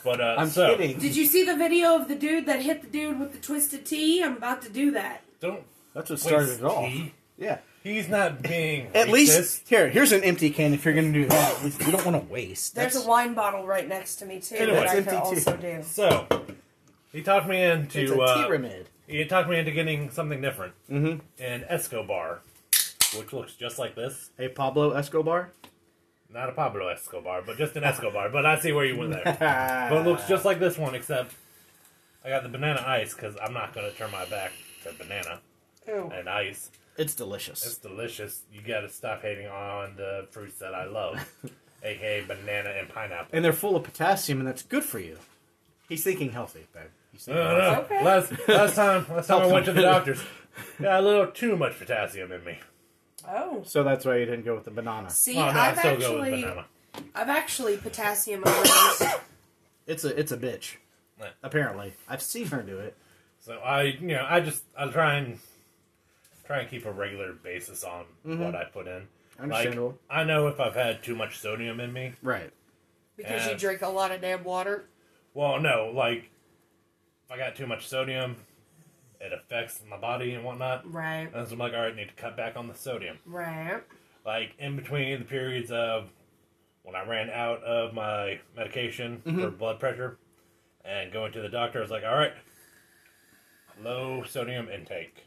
[SPEAKER 3] But uh,
[SPEAKER 1] I'm
[SPEAKER 3] so,
[SPEAKER 1] kidding.
[SPEAKER 4] Did you see the video of the dude that hit the dude with the twisted T? I'm about to do that.
[SPEAKER 3] Don't
[SPEAKER 1] That's what started
[SPEAKER 3] waste
[SPEAKER 1] it all.
[SPEAKER 3] tea.
[SPEAKER 1] Yeah.
[SPEAKER 3] He's not being
[SPEAKER 1] At
[SPEAKER 3] racist.
[SPEAKER 1] least here, here's an empty can. If you're gonna do that, at least we don't want to waste.
[SPEAKER 4] There's
[SPEAKER 1] That's-
[SPEAKER 4] a wine bottle right next to me too
[SPEAKER 3] Anyway,
[SPEAKER 4] that I
[SPEAKER 1] it's
[SPEAKER 4] could
[SPEAKER 1] empty, too.
[SPEAKER 4] also do.
[SPEAKER 3] So he talked me into
[SPEAKER 1] It's a
[SPEAKER 3] uh,
[SPEAKER 1] pyramid.
[SPEAKER 3] He talked me into getting something different. Mm-hmm. An Escobar, which looks just like this.
[SPEAKER 1] Hey, Pablo Escobar.
[SPEAKER 3] Not a Pablo Escobar, but just an Escobar. But I see where you went there.
[SPEAKER 1] Ah.
[SPEAKER 3] but it looks just like this one, except I got the banana ice because I'm not going to turn my back to banana
[SPEAKER 4] Ew.
[SPEAKER 3] and ice.
[SPEAKER 1] It's
[SPEAKER 3] It's
[SPEAKER 1] delicious.
[SPEAKER 3] delicious. You got to stop hating on the fruits that I love, aka banana and pineapple.
[SPEAKER 1] And they're full of potassium, and that's good for you. He's thinking healthy, babe. He's
[SPEAKER 3] No,
[SPEAKER 1] thinking
[SPEAKER 3] no,
[SPEAKER 1] healthy.
[SPEAKER 3] no.
[SPEAKER 4] Okay.
[SPEAKER 3] Last last time, last time I went to the
[SPEAKER 1] Help.
[SPEAKER 3] doctors, got a little too much potassium in me.
[SPEAKER 4] Oh.
[SPEAKER 1] So that's why you didn't go with the banana.
[SPEAKER 4] See,
[SPEAKER 3] Oh, no, I
[SPEAKER 4] I've
[SPEAKER 3] still go with
[SPEAKER 4] actually,
[SPEAKER 3] banana.
[SPEAKER 4] I've actually potassium overdosed.
[SPEAKER 1] It's a it's a bitch.
[SPEAKER 3] Right.
[SPEAKER 1] Apparently, I've seen her do it.
[SPEAKER 3] So I, you know, I just I try and try and keep a regular basis on what I put in. Like
[SPEAKER 1] Understandable.
[SPEAKER 3] I know if I've had too much sodium in me.
[SPEAKER 1] right.
[SPEAKER 4] because
[SPEAKER 3] Yeah.
[SPEAKER 4] you drink a lot of damn water.
[SPEAKER 3] Well, no, like if I got too much sodium, it affects my body and whatnot.
[SPEAKER 4] Right.
[SPEAKER 3] And so I'm like, all right, I need to cut back on the sodium.
[SPEAKER 4] Right.
[SPEAKER 3] Like in between the periods of when I ran out of my medication
[SPEAKER 4] Mm-hmm.
[SPEAKER 3] for blood pressure and going to the doctor, I was like, all right, low sodium intake,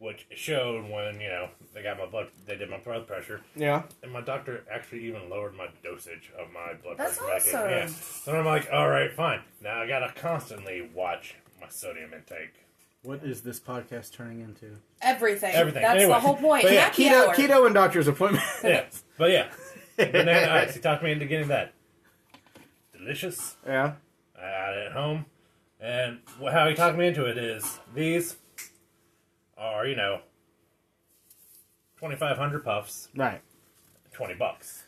[SPEAKER 3] which showed when you know they got my blood, they did my blood pressure,
[SPEAKER 1] Yeah.
[SPEAKER 3] and my doctor actually even lowered my dosage of my blood
[SPEAKER 4] That's
[SPEAKER 3] pressure.
[SPEAKER 4] awesome.
[SPEAKER 3] Yeah. So I'm like, all right, fine. Now I gotta constantly watch my sodium intake.
[SPEAKER 1] What is this podcast turning into?
[SPEAKER 4] Everything.
[SPEAKER 3] Everything.
[SPEAKER 4] That's
[SPEAKER 3] Anyway.
[SPEAKER 4] the whole point.
[SPEAKER 3] But yeah,
[SPEAKER 4] Happy
[SPEAKER 1] Keto,
[SPEAKER 4] hour.
[SPEAKER 1] keto, and doctor's appointment.
[SPEAKER 3] Yeah, but yeah, banana ice. He talked me into getting that. Delicious.
[SPEAKER 1] yeah.
[SPEAKER 3] I had it at home. And wh- how he talked me into it is these are, you know, 2,500 puffs,
[SPEAKER 1] Right.
[SPEAKER 3] 20 bucks.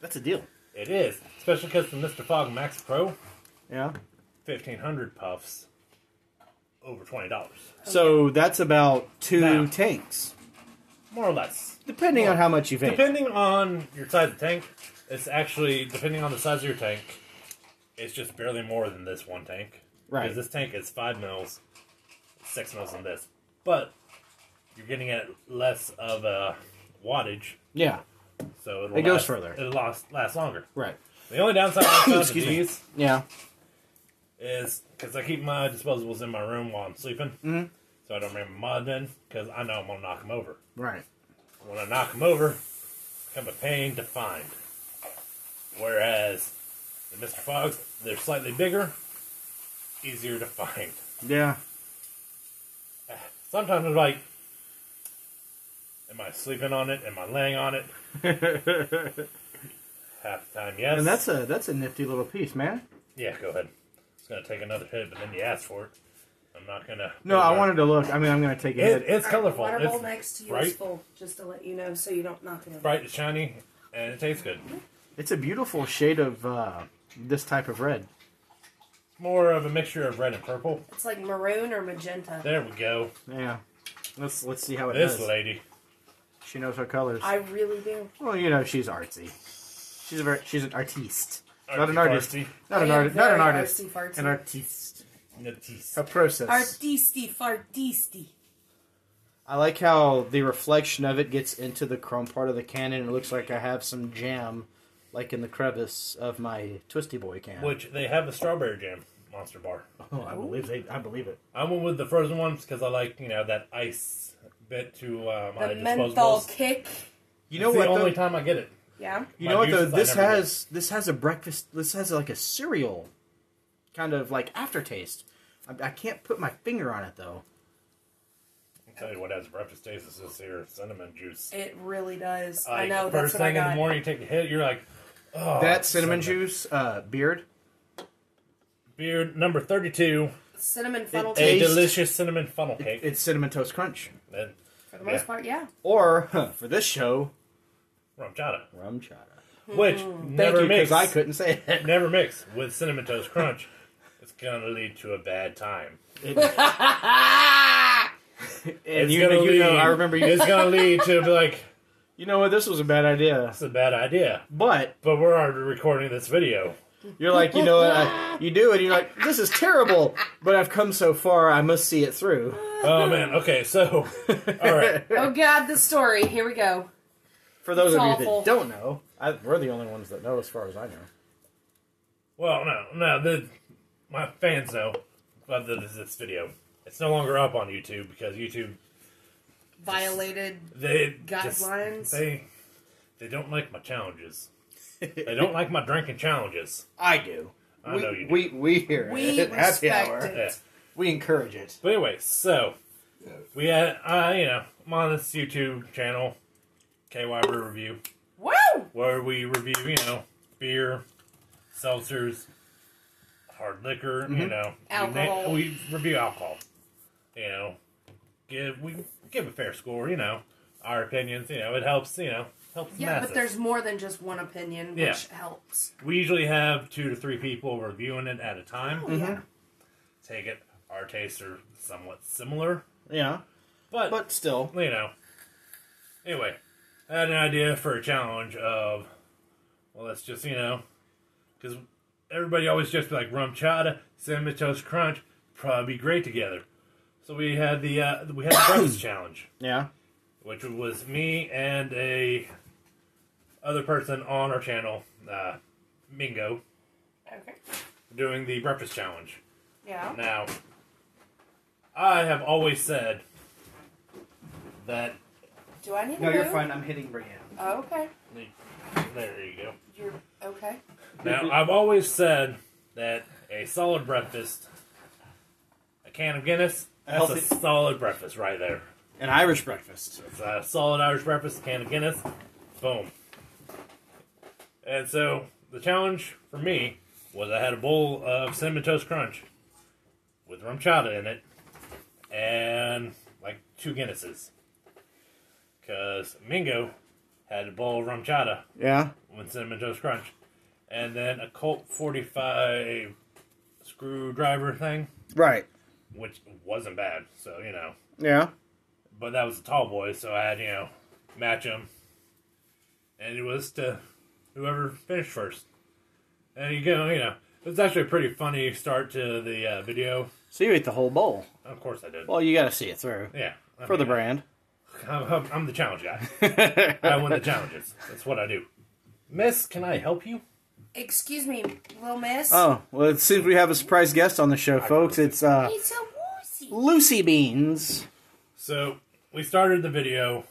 [SPEAKER 1] That's a deal.
[SPEAKER 3] It is, especially because the Mr. Fog Max Pro,
[SPEAKER 1] Yeah.
[SPEAKER 3] 1,500 puffs, over $20.
[SPEAKER 1] So that's about two
[SPEAKER 3] Now.
[SPEAKER 1] tanks,
[SPEAKER 3] More or less.
[SPEAKER 1] depending on how much you vape.
[SPEAKER 3] Depending on your size of tank, it's actually, depending on the size of your tank, it's just barely more than this one tank.
[SPEAKER 1] Right.
[SPEAKER 3] Because this tank is five mils, six mils in this. But you're getting at less of a wattage,
[SPEAKER 1] yeah.
[SPEAKER 3] so it'll
[SPEAKER 1] It goes
[SPEAKER 3] last-
[SPEAKER 1] further.
[SPEAKER 3] It'll last, last longer.
[SPEAKER 1] Right.
[SPEAKER 3] The only downside I found to
[SPEAKER 1] Excuse me.
[SPEAKER 3] these
[SPEAKER 1] Yeah.
[SPEAKER 3] is because I keep my disposables in my room while I'm sleeping,
[SPEAKER 1] Mm-hmm.
[SPEAKER 3] so I don't bring my mod in because I know I'm gonna knock them over.
[SPEAKER 1] Right.
[SPEAKER 3] When I knock them over, come a pain to find. Whereas the Mr. Fogs, they're slightly bigger, easier to find.
[SPEAKER 1] Yeah.
[SPEAKER 3] Sometimes I'm like, am I sleeping on it? Am I laying on it? Half the time, yes.
[SPEAKER 1] And that's a that's a nifty little piece, man.
[SPEAKER 3] yeah. Go ahead. It's gonna take another hit, but then you ask for it. I'm not gonna.
[SPEAKER 1] No, I wanted to look. I mean, I'm going to take a
[SPEAKER 3] It,
[SPEAKER 1] hit.
[SPEAKER 3] it's colorful.
[SPEAKER 4] Water bowl
[SPEAKER 3] It's
[SPEAKER 4] next to you
[SPEAKER 3] bright,
[SPEAKER 4] is full, just to let you know, so you don't knock it over.
[SPEAKER 3] bright, shiny, and it tastes good.
[SPEAKER 1] It's a beautiful shade of uh, this type of red.
[SPEAKER 3] More of a mixture of red and purple.
[SPEAKER 4] It's like maroon or magenta.
[SPEAKER 3] There we go.
[SPEAKER 1] Yeah. Let's let's see how it
[SPEAKER 3] This
[SPEAKER 1] does.
[SPEAKER 3] lady.
[SPEAKER 1] She knows her colors.
[SPEAKER 4] I really do.
[SPEAKER 1] Well, you know she's artsy. She's a very, she's an artiste, not an
[SPEAKER 3] Artsy
[SPEAKER 1] artist,
[SPEAKER 3] fartsy.
[SPEAKER 1] not an
[SPEAKER 4] I am
[SPEAKER 1] artist, not an
[SPEAKER 4] very
[SPEAKER 1] artist,
[SPEAKER 4] artsy-fartsy.
[SPEAKER 1] an artiste.
[SPEAKER 3] Nutties.
[SPEAKER 1] A process.
[SPEAKER 4] Artisti fartisti.
[SPEAKER 1] I like how the reflection of it gets into the chrome part of the can, and it looks like I have some jam, like in the crevice of my Twisty Boy can.
[SPEAKER 3] Which they have a strawberry jam monster bar.
[SPEAKER 1] oh, I believe they, I believe it.
[SPEAKER 3] I went with the frozen ones because I like you know that ice bit to uh, my
[SPEAKER 4] The menthol
[SPEAKER 3] disposables.
[SPEAKER 4] kick.
[SPEAKER 1] You
[SPEAKER 3] You
[SPEAKER 1] know what?
[SPEAKER 3] The only
[SPEAKER 1] Though,
[SPEAKER 3] time I get it.
[SPEAKER 4] Yeah.
[SPEAKER 1] you
[SPEAKER 3] my
[SPEAKER 1] know what though?
[SPEAKER 3] juices I
[SPEAKER 1] This
[SPEAKER 3] never get.
[SPEAKER 1] has this has a breakfast. This has like a cereal, kind of like aftertaste. I, I can't put my finger on it though.
[SPEAKER 3] I'll tell you what has breakfast taste is this here cinnamon juice.
[SPEAKER 4] It really does. I
[SPEAKER 3] Like,
[SPEAKER 4] know.
[SPEAKER 3] First
[SPEAKER 4] That's what I
[SPEAKER 3] thing in
[SPEAKER 4] got.
[SPEAKER 3] the morning, you take a hit, you're like, oh.
[SPEAKER 1] that cinnamon, juice, uh, beard.
[SPEAKER 3] Beard number 32,
[SPEAKER 4] Cinnamon funnel
[SPEAKER 1] It
[SPEAKER 3] a
[SPEAKER 1] Taste.
[SPEAKER 4] cake.
[SPEAKER 3] delicious cinnamon funnel cake.
[SPEAKER 1] It's cinnamon toast crunch,
[SPEAKER 3] Then
[SPEAKER 4] For the most
[SPEAKER 3] yeah.
[SPEAKER 4] part, yeah.
[SPEAKER 1] or huh, for this show,
[SPEAKER 3] rum chata,
[SPEAKER 1] rum chata.
[SPEAKER 4] Hmm.
[SPEAKER 3] which
[SPEAKER 1] Thank
[SPEAKER 3] never
[SPEAKER 1] you,
[SPEAKER 3] mix.
[SPEAKER 1] because I couldn't say it.
[SPEAKER 3] Never mix with cinnamon toast crunch. it's gonna lead to a bad time.
[SPEAKER 1] And
[SPEAKER 3] It's
[SPEAKER 1] you,
[SPEAKER 3] gonna
[SPEAKER 1] know, you know,
[SPEAKER 3] lead-
[SPEAKER 1] I remember you.
[SPEAKER 3] It's gonna lead to be like
[SPEAKER 1] You know what? This was a bad idea.
[SPEAKER 3] it's a bad idea,
[SPEAKER 1] But
[SPEAKER 3] but we're already recording this video.
[SPEAKER 1] you're like, you know what? I, you do it. You're like, this is terrible. But I've come so far. I must see it through.
[SPEAKER 3] Oh man, okay, so all right,
[SPEAKER 4] Oh God, the story. Here we go.
[SPEAKER 1] For those
[SPEAKER 4] It's
[SPEAKER 1] of you
[SPEAKER 4] awful.
[SPEAKER 1] that don't know, I, we're the only ones that know, as far as I know.
[SPEAKER 3] well no, no, the, my fans know about the, this video. It's no longer up on YouTube because YouTube
[SPEAKER 4] Violated.
[SPEAKER 3] they just-
[SPEAKER 4] Guidelines?
[SPEAKER 3] they they don't like my challenges. they don't like my drinking challenges.
[SPEAKER 1] I do.
[SPEAKER 3] I
[SPEAKER 1] we,
[SPEAKER 3] know you do.
[SPEAKER 1] We we hear
[SPEAKER 4] We
[SPEAKER 1] it. Happy
[SPEAKER 4] respect
[SPEAKER 1] hour.
[SPEAKER 4] it.
[SPEAKER 3] Yeah.
[SPEAKER 1] We encourage it.
[SPEAKER 3] But anyway, so we had I you know I'm on this YouTube channel, KY Brew Review,
[SPEAKER 4] Woo!
[SPEAKER 3] where we review you know beer, seltzers, hard liquor, you know, we na-
[SPEAKER 4] Alcohol.
[SPEAKER 3] We, review alcohol. You know, give we give a fair score. You know, our opinions. You know, it helps. You know, helps. the
[SPEAKER 4] Yeah,
[SPEAKER 3] masses.
[SPEAKER 4] but there's more than just one opinion,
[SPEAKER 3] Yeah.
[SPEAKER 4] which helps.
[SPEAKER 3] we usually have two to three people reviewing it at a time.
[SPEAKER 1] Mm-hmm.
[SPEAKER 4] Yeah.
[SPEAKER 3] Take it. Our tastes are somewhat similar,
[SPEAKER 1] Yeah, but still,
[SPEAKER 3] you know. Anyway, I had an idea for a challenge of, well, let's just, you know, because everybody always just be like rum chata, cinnamon toast crunch, probably be great together. So we had the uh, we had the breakfast challenge,
[SPEAKER 1] yeah.
[SPEAKER 3] which was me and a other person on our channel, uh, Mingo,
[SPEAKER 4] Okay.
[SPEAKER 3] doing the breakfast challenge.
[SPEAKER 4] Yeah.
[SPEAKER 3] Now, I have always said that
[SPEAKER 4] Do I need to
[SPEAKER 1] No, you're
[SPEAKER 4] move?
[SPEAKER 1] fine. I'm hitting Brianna.
[SPEAKER 4] Oh, okay.
[SPEAKER 3] there you go.
[SPEAKER 4] You're okay.
[SPEAKER 3] Now, I've always said that a solid breakfast, a can of Guinness, that's a
[SPEAKER 1] Healthy.
[SPEAKER 3] solid breakfast right there.
[SPEAKER 1] An Irish breakfast.
[SPEAKER 3] It's a solid Irish breakfast, can of Guinness, boom. And so the challenge for me was I had a bowl of cinnamon toast crunch with rum chata in it, and like two Guinnesses, because Mingo had a bowl of rum chata
[SPEAKER 1] Yeah.
[SPEAKER 3] with cinnamon toast crunch, and then a Colt 45 screwdriver thing,
[SPEAKER 1] Right.
[SPEAKER 3] which wasn't bad. So you know,
[SPEAKER 1] Yeah.
[SPEAKER 3] but that was a tall boy, so I had you know match him, and it was to whoever finished first. And you go, you know, it's actually a pretty funny start to the uh, video.
[SPEAKER 1] So you ate the whole bowl.
[SPEAKER 3] Of course I did.
[SPEAKER 1] Well, you got to see it through
[SPEAKER 3] yeah, I
[SPEAKER 1] for the
[SPEAKER 3] mean,
[SPEAKER 1] brand.
[SPEAKER 3] I'm, I'm- I'm the challenge guy. I win the challenges. That's what I do. Miss, can I help you?
[SPEAKER 4] Excuse me, little miss.
[SPEAKER 1] Oh, well, it seems we have a surprise guest on the show, folks. It's uh,
[SPEAKER 4] It's a wussy.
[SPEAKER 1] Lucy Beans.
[SPEAKER 3] So we started the video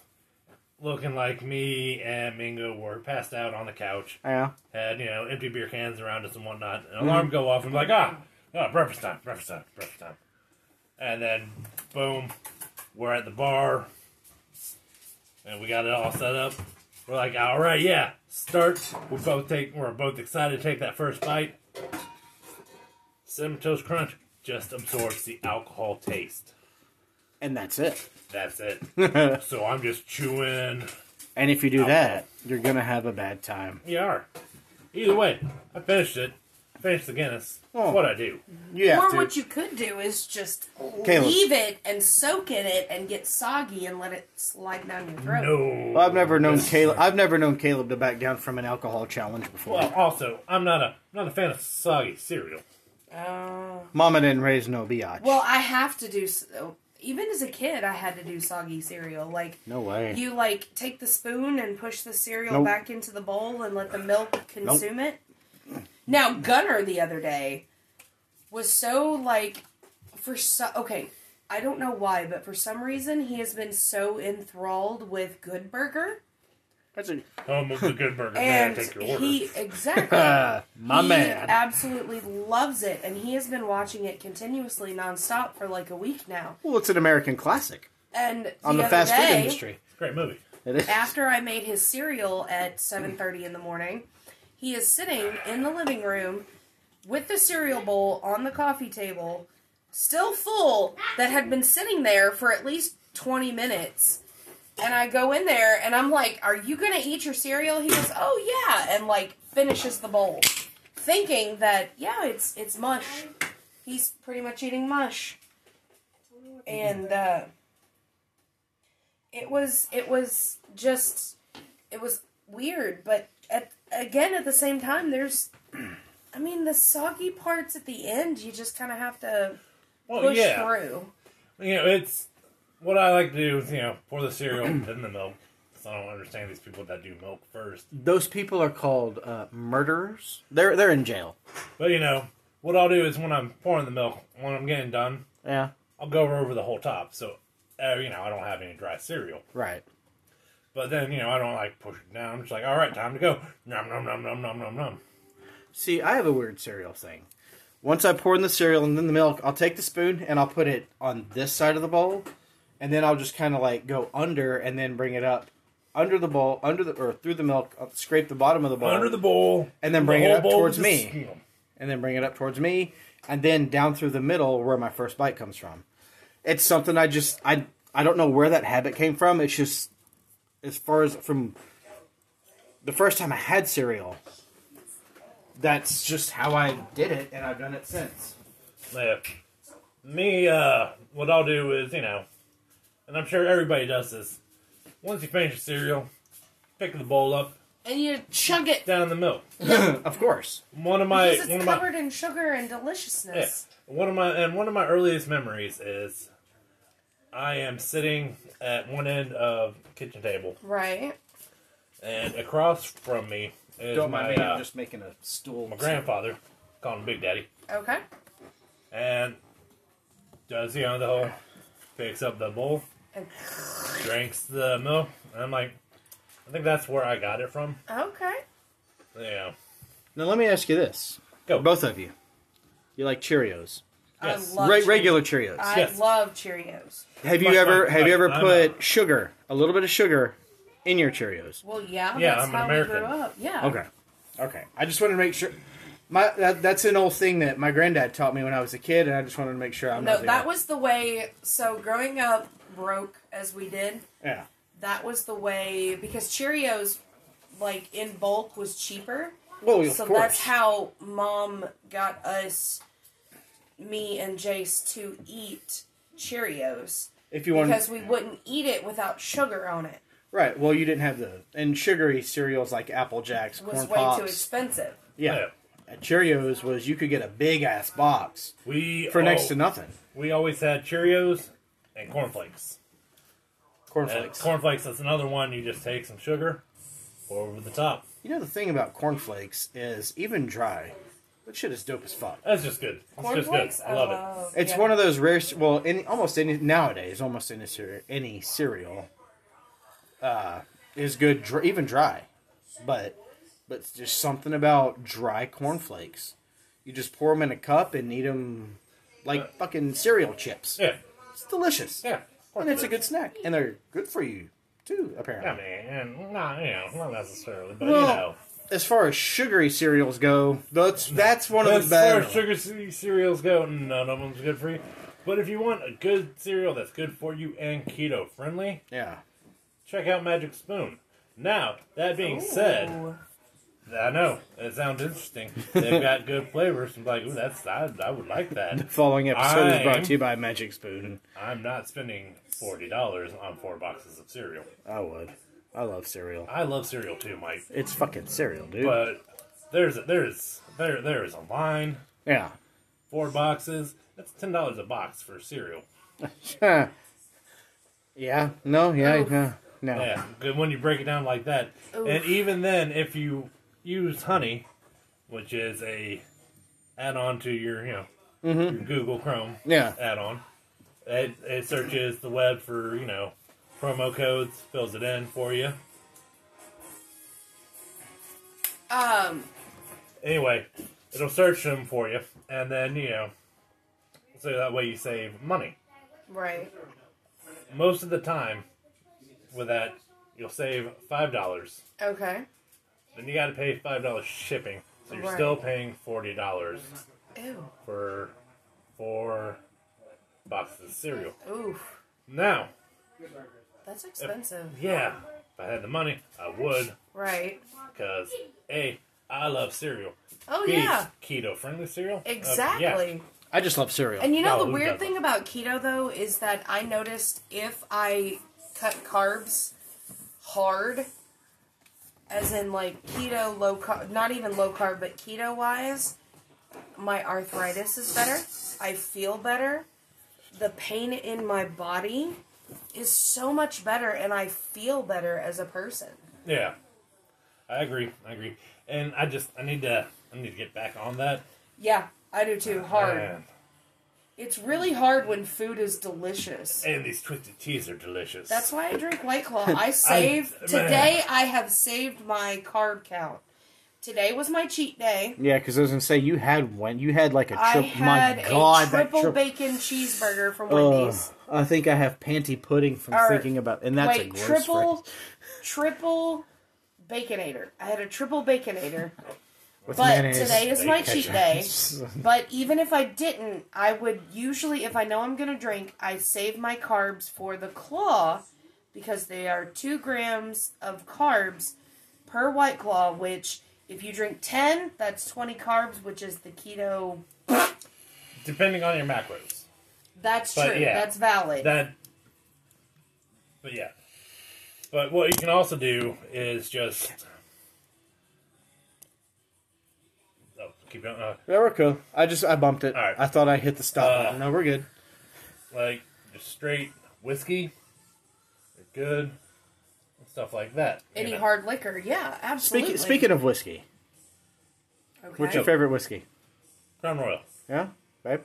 [SPEAKER 3] looking like me and Mingo were passed out on the couch,
[SPEAKER 1] Yeah.
[SPEAKER 3] had you know empty beer cans around us and whatnot. An alarm go off and like ah, ah, breakfast time, breakfast time, breakfast time, and then boom, we're at the bar and we got it all set up. We're like, all right, yeah, start. We both take, we're both excited to take that first bite. Cinnamon toast crunch just absorbs the alcohol taste.
[SPEAKER 1] And that's it.
[SPEAKER 3] That's it. so I'm just chewing.
[SPEAKER 1] And if you do that, you're gonna have a bad time.
[SPEAKER 3] You are. Either way, I finished it. finish the Guinness.
[SPEAKER 1] Oh.
[SPEAKER 3] That's what I do.
[SPEAKER 1] You have
[SPEAKER 4] or
[SPEAKER 1] to.
[SPEAKER 4] what you could do is just
[SPEAKER 1] Caleb.
[SPEAKER 4] leave it and soak in it and get soggy and let it slide down your throat.
[SPEAKER 3] No.
[SPEAKER 1] Well, I've never known Caleb. I've never known Caleb to back down from an alcohol challenge before.
[SPEAKER 3] Well, also, I'm not a not a fan of soggy cereal.
[SPEAKER 4] Oh.
[SPEAKER 1] Mama didn't raise no biatch.
[SPEAKER 4] well, I have to do. So, even as a kid, I had to do soggy cereal. Like
[SPEAKER 1] no way.
[SPEAKER 4] you like take the spoon and push the cereal
[SPEAKER 1] Nope.
[SPEAKER 4] back into the bowl and let the milk consume it. Now Gunner the other day was so like for so okay, I don't know why, but for some reason he has been so enthralled with Good Burger
[SPEAKER 1] That's a,
[SPEAKER 3] Home of the good burger man,
[SPEAKER 4] and
[SPEAKER 3] take your order.
[SPEAKER 4] he exactly
[SPEAKER 1] my
[SPEAKER 4] he
[SPEAKER 1] man.
[SPEAKER 4] absolutely loves it and he has been watching it continuously nonstop for like a week now.
[SPEAKER 1] well, it's an American classic
[SPEAKER 4] And the
[SPEAKER 1] on the,
[SPEAKER 4] other
[SPEAKER 1] fast food
[SPEAKER 4] day-
[SPEAKER 1] industry.
[SPEAKER 3] Great movie.
[SPEAKER 1] It is.
[SPEAKER 4] after I made his cereal at 7:30 in the morning, he is sitting in the living room with the cereal bowl on the coffee table, still full that had been sitting there for at least 20 minutes. And I go in there and I'm like, "Are you going to eat your cereal?" He goes, "Oh yeah." And like finishes the bowl, thinking that, "Yeah, it's it's mush." He's pretty much eating mush. And uh it was it was just it was weird but at, again at the same time there's i mean the soggy parts at the end you just kind of have to
[SPEAKER 3] Well,
[SPEAKER 4] push
[SPEAKER 3] Oh, yeah.
[SPEAKER 4] through
[SPEAKER 3] You know, it's what I like to do is you know pour the cereal then the milk. So I don't understand these people that do milk first.
[SPEAKER 5] Those people are called uh, murderers.
[SPEAKER 1] They're they're in jail.
[SPEAKER 3] But you know what I'll do is when I'm pouring the milk, when I'm getting done,
[SPEAKER 1] Yeah.
[SPEAKER 3] I'll go over the whole top. So uh, you know I don't have any dry cereal.
[SPEAKER 1] Right.
[SPEAKER 3] But then you know I don't like push it down. I'm just like all right, time to go. Nom nom nom nom nom nom nom.
[SPEAKER 1] See, I have a weird cereal thing. Once I pour in the cereal and then the milk, I'll take the spoon and I'll put it on this side of the bowl, and then I'll just kind of like go under and then bring it up under the bowl, under the or through the milk, I'll scrape the bottom of the bowl,
[SPEAKER 3] Under the bowl,
[SPEAKER 1] And then bring it
[SPEAKER 3] whole
[SPEAKER 1] up
[SPEAKER 3] bowl
[SPEAKER 1] towards
[SPEAKER 3] with the
[SPEAKER 1] me.
[SPEAKER 3] skim.
[SPEAKER 1] and then bring it up towards me, and then down through the middle where my first bite comes from. It's something I just I I don't know where that habit came from. It's just as far as from the first time I had cereal. That's just how I did it, and I've done it since.
[SPEAKER 3] Yeah. Me, uh, what I'll do is, you know, and I'm sure everybody does this. Once you finish your cereal, pick the bowl up,
[SPEAKER 4] and you chug it
[SPEAKER 3] down the milk.
[SPEAKER 1] Of course,
[SPEAKER 3] One of my,
[SPEAKER 4] because it's
[SPEAKER 3] one of my,
[SPEAKER 4] covered in sugar and
[SPEAKER 3] yeah,
[SPEAKER 4] deliciousness
[SPEAKER 3] one of my, and one of my earliest memories is I am sitting at one end of kitchen table,
[SPEAKER 4] right
[SPEAKER 3] and across from me is
[SPEAKER 1] don't
[SPEAKER 3] my
[SPEAKER 1] mind me.
[SPEAKER 3] uh,
[SPEAKER 1] I'm just making a stool.
[SPEAKER 3] my grandfather, call him Big Daddy,
[SPEAKER 4] okay
[SPEAKER 3] and does you know the whole picks up the bowl.
[SPEAKER 4] And-
[SPEAKER 3] drinks the milk. And I'm like, I think that's where I got it from.
[SPEAKER 4] okay
[SPEAKER 3] Yeah.
[SPEAKER 1] Now let me ask you this:
[SPEAKER 3] Go.
[SPEAKER 1] both of you, you like Cheerios,
[SPEAKER 3] Yes.
[SPEAKER 4] i love
[SPEAKER 1] Re-
[SPEAKER 4] Cheerios.
[SPEAKER 1] regular Cheerios?
[SPEAKER 4] i
[SPEAKER 3] Yes.
[SPEAKER 4] love cheerios
[SPEAKER 1] have you
[SPEAKER 3] Mike,
[SPEAKER 1] ever
[SPEAKER 3] Mike,
[SPEAKER 1] have you
[SPEAKER 3] Mike,
[SPEAKER 1] ever
[SPEAKER 3] I'm
[SPEAKER 1] put
[SPEAKER 3] out.
[SPEAKER 1] sugar, a little bit of sugar, in your Cheerios?
[SPEAKER 4] well yeah,
[SPEAKER 3] Yeah,
[SPEAKER 4] that's
[SPEAKER 3] I'm an
[SPEAKER 4] how we grew
[SPEAKER 3] American.
[SPEAKER 4] up yeah
[SPEAKER 1] Okay. Okay. I just wanted to make sure. My that, that's an old thing that my granddad taught me when I was a kid, and I just wanted to make sure I'm
[SPEAKER 4] no
[SPEAKER 1] not. the
[SPEAKER 4] that
[SPEAKER 1] only-
[SPEAKER 4] was the way so growing up broke as we did
[SPEAKER 1] Yeah.
[SPEAKER 4] that was the way because Cheerios, like in bulk, was cheaper.
[SPEAKER 1] Well, of
[SPEAKER 4] so
[SPEAKER 1] course.
[SPEAKER 4] that's how mom got us, me and Jace, to eat Cheerios
[SPEAKER 1] if you want,
[SPEAKER 4] because we wouldn't eat it without sugar on it.
[SPEAKER 1] right? Well, you didn't have the and sugary cereals like Apple Jacks,
[SPEAKER 4] It was
[SPEAKER 1] corn
[SPEAKER 4] way too
[SPEAKER 1] pops.
[SPEAKER 4] expensive.
[SPEAKER 1] yeah. Uh, Cheerios was you could get a big ass box
[SPEAKER 3] We
[SPEAKER 1] for next to
[SPEAKER 3] nothing.
[SPEAKER 1] nothing.
[SPEAKER 3] We always had Cheerios and cornflakes. And
[SPEAKER 1] Cornflakes.
[SPEAKER 3] cornflakes, that's another one. You just take some sugar, pour over the top.
[SPEAKER 1] you know the thing about cornflakes is even dry, that shit is dope as fuck.
[SPEAKER 3] That's just good. It's just good. I love
[SPEAKER 4] Oh.
[SPEAKER 3] it.
[SPEAKER 1] It's one of those rare. c- Well, any, almost any nowadays, almost any cere- any cereal uh, is good, dr- even dry. But but it's just something about dry cornflakes. You just pour them in a cup and eat them like fucking cereal chips.
[SPEAKER 3] Yeah.
[SPEAKER 1] It's delicious.
[SPEAKER 3] Yeah.
[SPEAKER 1] and it's a good snack, and they're good for you too. Apparently,
[SPEAKER 3] I mean, and not, you know, not necessarily, but
[SPEAKER 1] Well,
[SPEAKER 3] you know.
[SPEAKER 1] as far as sugary cereals go, that's that's one of
[SPEAKER 3] As
[SPEAKER 1] the
[SPEAKER 3] far as
[SPEAKER 1] best.
[SPEAKER 3] sugar c- cereals go, none of them's good for you. But if you want a good cereal that's good for you and keto friendly,
[SPEAKER 1] yeah,
[SPEAKER 3] check out Magic Spoon. Now, that being said, I know it sounds interesting. They've got good flavors. I'm like, ooh, that's I, I would like that.
[SPEAKER 1] Following episode is brought
[SPEAKER 3] I'm-
[SPEAKER 1] to you by Magic Spoon.
[SPEAKER 3] I'm not spending forty dollars on four boxes of cereal.
[SPEAKER 1] I would. I love cereal.
[SPEAKER 3] I love cereal too, Mike,
[SPEAKER 1] It's fucking cereal, dude.
[SPEAKER 3] but there's there's there there is a line.
[SPEAKER 1] yeah.
[SPEAKER 3] Four boxes. That's ten dollars a box for cereal.
[SPEAKER 1] Huh. yeah. No. Yeah. No. No.
[SPEAKER 3] Yeah, good when you break it down like that. And
[SPEAKER 4] Oof.
[SPEAKER 3] even then, if you use honey, which is a add-on to your you know your Google Chrome
[SPEAKER 1] Yeah.
[SPEAKER 3] add-on, it, it searches the web for you know promo codes, fills it in for you.
[SPEAKER 4] Um,
[SPEAKER 3] Anyway, it'll search them for you, and then you know, so that way you save money.
[SPEAKER 4] right.
[SPEAKER 3] Most of the time, with that, you'll save five dollars.
[SPEAKER 4] Okay.
[SPEAKER 3] Then you got to pay five dollars shipping, so you're
[SPEAKER 4] Right.
[SPEAKER 3] still paying forty dollars
[SPEAKER 4] Ew.
[SPEAKER 3] for four boxes of cereal.
[SPEAKER 4] Oof.
[SPEAKER 3] Now,
[SPEAKER 4] That's expensive.
[SPEAKER 3] yeah, if I had the money, I would,
[SPEAKER 4] Right.
[SPEAKER 3] because a, I love cereal.
[SPEAKER 4] Oh,
[SPEAKER 3] B,
[SPEAKER 4] yeah.
[SPEAKER 3] keto friendly cereal. Uh, yeah.
[SPEAKER 4] Exactly.
[SPEAKER 1] I just love cereal.
[SPEAKER 4] And you know
[SPEAKER 3] No,
[SPEAKER 4] the
[SPEAKER 3] who
[SPEAKER 4] weird
[SPEAKER 3] doesn't?
[SPEAKER 4] thing about keto though is that I noticed if I cut carbs hard, as in like keto low carb, not even low carb, but keto wise, my arthritis is better. I feel better. The pain in my body is so much better, and I feel better as a person.
[SPEAKER 3] Yeah, I agree. I agree. And I just I need to I need to get back on that.
[SPEAKER 4] Yeah, I do too. Hard.
[SPEAKER 3] Man.
[SPEAKER 4] It's really hard when food is delicious.
[SPEAKER 3] And these twisted teas are delicious.
[SPEAKER 4] That's why I drink White Claw. I saved today. I have saved my carb count. Today was my cheat day.
[SPEAKER 1] Yeah, because I was gonna say you had one. You had like a
[SPEAKER 4] I
[SPEAKER 1] trip.
[SPEAKER 4] had
[SPEAKER 1] my God,
[SPEAKER 4] a
[SPEAKER 1] that
[SPEAKER 4] triple
[SPEAKER 1] trip-
[SPEAKER 4] bacon cheeseburger from
[SPEAKER 1] Ugh,
[SPEAKER 4] Wendy's.
[SPEAKER 1] I think I have panty pudding from
[SPEAKER 4] Or-
[SPEAKER 1] thinking about, and that's a
[SPEAKER 4] Wait,
[SPEAKER 1] gross
[SPEAKER 4] triple,
[SPEAKER 1] phrase.
[SPEAKER 4] triple baconator. I had a triple baconator.
[SPEAKER 1] With
[SPEAKER 4] but
[SPEAKER 1] mayonnaise.
[SPEAKER 4] today is my cheat day.
[SPEAKER 1] ketchup.
[SPEAKER 4] But even if I didn't, I would usually, if I know I'm gonna drink, I save my carbs for the claw because they are two grams of carbs per white claw. Which, if you drink ten, that's twenty carbs, which is the keto.
[SPEAKER 3] depending on your macros.
[SPEAKER 4] That's
[SPEAKER 3] But
[SPEAKER 4] true.
[SPEAKER 3] yeah,
[SPEAKER 4] that's valid.
[SPEAKER 3] That. But yeah. But what you can also do is just. Oh, keep going. Uh,
[SPEAKER 1] Yeah, we're cool. I just I bumped it.
[SPEAKER 3] All right.
[SPEAKER 1] I thought I hit the stop.
[SPEAKER 3] Uh,
[SPEAKER 1] button. no, we're good.
[SPEAKER 3] like just straight whiskey, they're good, and stuff like that. you
[SPEAKER 4] Any
[SPEAKER 3] know.
[SPEAKER 4] hard liquor, yeah, absolutely.
[SPEAKER 1] Speaking speaking of whiskey,
[SPEAKER 4] okay.
[SPEAKER 1] what's your favorite whiskey?
[SPEAKER 3] Crown Royal.
[SPEAKER 1] Yeah, babe.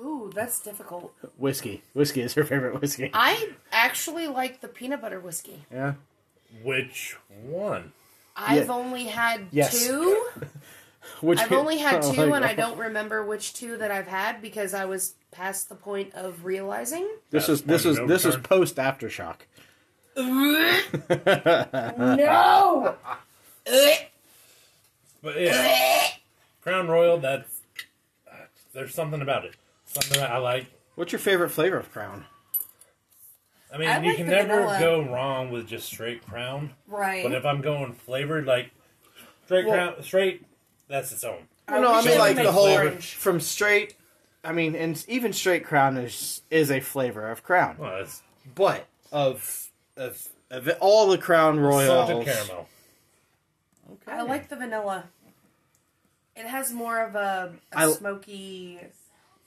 [SPEAKER 4] Ooh, that's difficult.
[SPEAKER 1] Whiskey. Whiskey is her favorite whiskey.
[SPEAKER 4] I actually like the peanut butter whiskey.
[SPEAKER 1] Yeah.
[SPEAKER 3] Which one?
[SPEAKER 4] I've
[SPEAKER 1] Yeah.
[SPEAKER 4] only had
[SPEAKER 1] Yes.
[SPEAKER 4] two.
[SPEAKER 1] Which
[SPEAKER 4] I've only had
[SPEAKER 1] Oh
[SPEAKER 4] two,
[SPEAKER 1] my
[SPEAKER 4] and I
[SPEAKER 1] God.
[SPEAKER 4] don't remember which two that I've had because I was past the point of realizing.
[SPEAKER 1] This is this
[SPEAKER 3] Point
[SPEAKER 1] is
[SPEAKER 3] of no
[SPEAKER 1] this is
[SPEAKER 3] return.
[SPEAKER 1] post aftershock.
[SPEAKER 4] No.
[SPEAKER 3] But yeah, Crown Royal. That's uh, there's something about it. Something that I like.
[SPEAKER 1] What's your favorite flavor of Crown?
[SPEAKER 3] I mean,
[SPEAKER 4] I
[SPEAKER 3] you
[SPEAKER 4] like
[SPEAKER 3] can
[SPEAKER 4] the
[SPEAKER 3] never
[SPEAKER 4] vanilla.
[SPEAKER 3] go wrong with just straight Crown.
[SPEAKER 4] right.
[SPEAKER 3] But if I'm going flavored, like straight
[SPEAKER 1] Well-
[SPEAKER 3] crown, straight, that's its own.
[SPEAKER 4] I
[SPEAKER 1] no, I
[SPEAKER 4] wish
[SPEAKER 1] mean
[SPEAKER 4] it
[SPEAKER 1] like
[SPEAKER 4] made
[SPEAKER 1] the whole
[SPEAKER 4] orange.
[SPEAKER 1] from straight. I mean, and even straight Crown is is a flavor of Crown,
[SPEAKER 3] Well, it's
[SPEAKER 1] but of of of all the Crown Royals,
[SPEAKER 3] salted caramel.
[SPEAKER 1] Okay.
[SPEAKER 4] I like the vanilla. It has more of a, a
[SPEAKER 1] I-
[SPEAKER 4] smoky,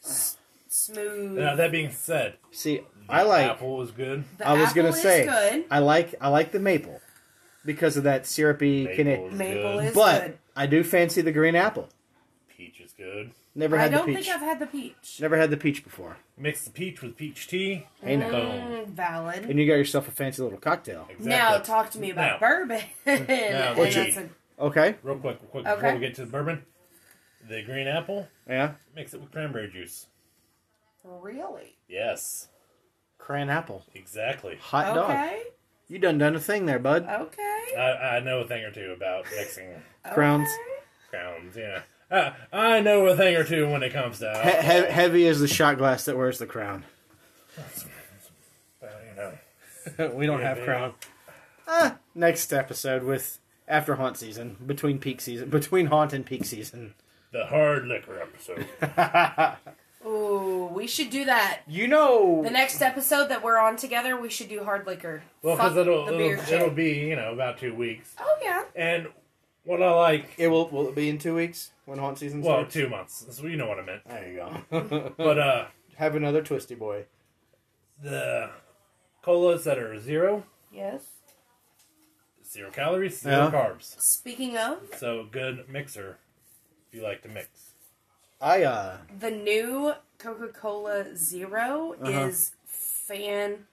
[SPEAKER 4] s- smooth.
[SPEAKER 3] Now that being said,
[SPEAKER 1] See, I like.
[SPEAKER 3] apple was good.
[SPEAKER 4] the
[SPEAKER 1] I was
[SPEAKER 4] apple
[SPEAKER 1] gonna
[SPEAKER 4] is
[SPEAKER 1] say,
[SPEAKER 4] good.
[SPEAKER 1] I like I like the maple because of that syrupy.
[SPEAKER 3] Maple
[SPEAKER 1] kinda-
[SPEAKER 3] was
[SPEAKER 4] Maple
[SPEAKER 3] good.
[SPEAKER 4] is
[SPEAKER 1] but
[SPEAKER 4] good.
[SPEAKER 1] I do fancy the green apple.
[SPEAKER 3] peach is good.
[SPEAKER 1] Never
[SPEAKER 4] I
[SPEAKER 1] had
[SPEAKER 4] don't
[SPEAKER 1] the
[SPEAKER 4] think
[SPEAKER 1] peach.
[SPEAKER 4] I've had the peach.
[SPEAKER 1] Never had the peach before.
[SPEAKER 3] Mix the peach with peach tea.
[SPEAKER 1] Hey now.
[SPEAKER 3] Boom.
[SPEAKER 4] Mm, valid.
[SPEAKER 1] And you got yourself a fancy little cocktail.
[SPEAKER 3] Exactly.
[SPEAKER 4] Now talk to me
[SPEAKER 3] Now.
[SPEAKER 4] about bourbon. And
[SPEAKER 3] what
[SPEAKER 4] that's
[SPEAKER 3] you-
[SPEAKER 4] a-
[SPEAKER 1] Okay.
[SPEAKER 3] Real quick, real quick
[SPEAKER 4] Okay.
[SPEAKER 3] before we get to the bourbon, the green apple.
[SPEAKER 1] Yeah.
[SPEAKER 3] Mix it with cranberry juice.
[SPEAKER 4] really
[SPEAKER 3] Yes,
[SPEAKER 1] Cran apple.
[SPEAKER 3] exactly.
[SPEAKER 1] Hot dog.
[SPEAKER 4] okay.
[SPEAKER 1] You done done a thing there, bud.
[SPEAKER 4] Okay.
[SPEAKER 3] I, I know a thing or two about mixing
[SPEAKER 1] Crowns.
[SPEAKER 3] crowns. Yeah, uh, I know a thing or two when it comes to.
[SPEAKER 1] He-
[SPEAKER 3] alcohol.
[SPEAKER 1] he- heavy as the shot glass that wears the crown.
[SPEAKER 3] Uh, you know.
[SPEAKER 1] we don't have
[SPEAKER 3] yeah.
[SPEAKER 1] crown. Ah, next episode with after haunt season, between peak season, between haunt and peak season.
[SPEAKER 3] The hard liquor episode.
[SPEAKER 4] Ooh, we should do that.
[SPEAKER 1] You know,
[SPEAKER 4] The next episode that we're on together, we should do hard liquor.
[SPEAKER 3] Well,
[SPEAKER 4] Fuck
[SPEAKER 3] because it'll
[SPEAKER 4] the
[SPEAKER 3] it'll,
[SPEAKER 4] beer shit.
[SPEAKER 3] it'll be you know about two weeks,
[SPEAKER 4] Oh yeah.
[SPEAKER 3] and what I like.
[SPEAKER 1] it will. Will it be in two weeks when haunt season
[SPEAKER 3] Well,
[SPEAKER 1] starts?
[SPEAKER 3] two months. So you know what I meant.
[SPEAKER 1] there you go.
[SPEAKER 3] But uh,
[SPEAKER 1] Have another twisty boy.
[SPEAKER 3] the colas that are zero,
[SPEAKER 4] Yes.
[SPEAKER 3] zero calories, zero
[SPEAKER 1] Yeah.
[SPEAKER 3] carbs.
[SPEAKER 4] Speaking of
[SPEAKER 3] So good mixer if you like to mix.
[SPEAKER 1] I uh,
[SPEAKER 4] the new Coca Cola 0
[SPEAKER 3] Uh-huh.
[SPEAKER 4] is fantastic.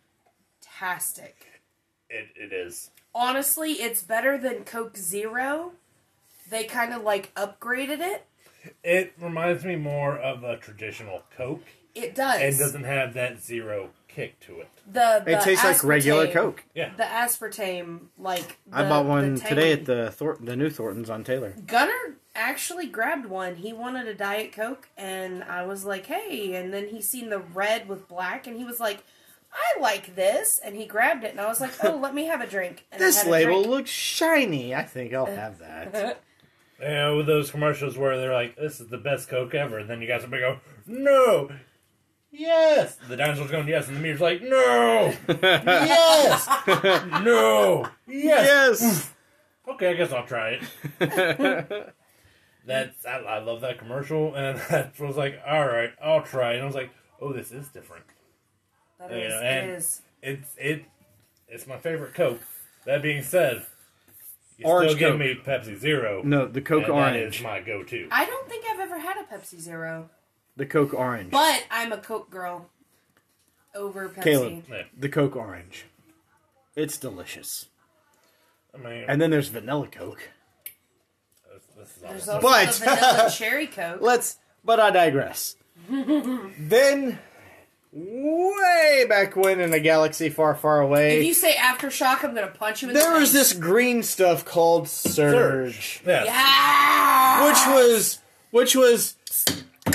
[SPEAKER 3] It it is.
[SPEAKER 4] Honestly, it's better than Coke Zero. They kind of like upgraded it.
[SPEAKER 3] It reminds me more of a traditional Coke,
[SPEAKER 4] It does.
[SPEAKER 3] and doesn't have that zero kick to it.
[SPEAKER 4] the, the
[SPEAKER 1] it tastes like regular
[SPEAKER 4] aspartame-
[SPEAKER 1] Coke.
[SPEAKER 3] Yeah,
[SPEAKER 4] The aspartame, like
[SPEAKER 1] I
[SPEAKER 4] the-
[SPEAKER 1] bought
[SPEAKER 4] the
[SPEAKER 1] one
[SPEAKER 4] tang-
[SPEAKER 1] today at the Thor- the new Thornton's on Taylor.
[SPEAKER 4] Gunner actually grabbed one. He wanted a Diet Coke, and I was like, hey. And then he seen the red with black, and he was like, I like this. And he grabbed it, and I was like, oh, let me have a drink. And I
[SPEAKER 1] This
[SPEAKER 4] had a
[SPEAKER 1] label
[SPEAKER 4] drink.
[SPEAKER 1] looks shiny. I think I'll have that.
[SPEAKER 3] you know, with those commercials where they're like, "This is the best Coke ever," and then you guys will be go, "No." Yes, the dinosaur's going yes, and the meter's like no, yes, no, yes.
[SPEAKER 1] yes.
[SPEAKER 3] Okay, I guess I'll try it. That's I, I love that commercial, and that was like, all right, I'll try. it." And I was like, oh, this is different.
[SPEAKER 4] That
[SPEAKER 3] You
[SPEAKER 4] is,
[SPEAKER 3] know,
[SPEAKER 4] it
[SPEAKER 3] and-
[SPEAKER 4] is.
[SPEAKER 3] It's it, it's my favorite Coke. That being said, you
[SPEAKER 1] Orange
[SPEAKER 3] still
[SPEAKER 1] Coke.
[SPEAKER 3] give me Pepsi Zero.
[SPEAKER 1] No, the Coke
[SPEAKER 3] and That
[SPEAKER 1] orange.
[SPEAKER 3] is my go-to.
[SPEAKER 4] I don't think I've ever had a Pepsi Zero,
[SPEAKER 1] the Coke orange.
[SPEAKER 4] but I'm a Coke girl over Pepsi.
[SPEAKER 1] Caleb.
[SPEAKER 3] Yeah,
[SPEAKER 1] The Coke orange. It's delicious.
[SPEAKER 3] I mean,
[SPEAKER 1] And then there's vanilla Coke.
[SPEAKER 3] this, this
[SPEAKER 4] There's
[SPEAKER 3] is awesome.
[SPEAKER 4] also
[SPEAKER 1] But-
[SPEAKER 4] the vanilla cherry Coke.
[SPEAKER 1] Let's. But I digress. then, way back when in a galaxy far, far
[SPEAKER 4] If
[SPEAKER 1] away,
[SPEAKER 4] you say aftershock, I'm gonna punch you in the
[SPEAKER 1] there was
[SPEAKER 4] face.
[SPEAKER 1] this green stuff called Surge.
[SPEAKER 3] Yeah.
[SPEAKER 4] Yeah.
[SPEAKER 1] which was which was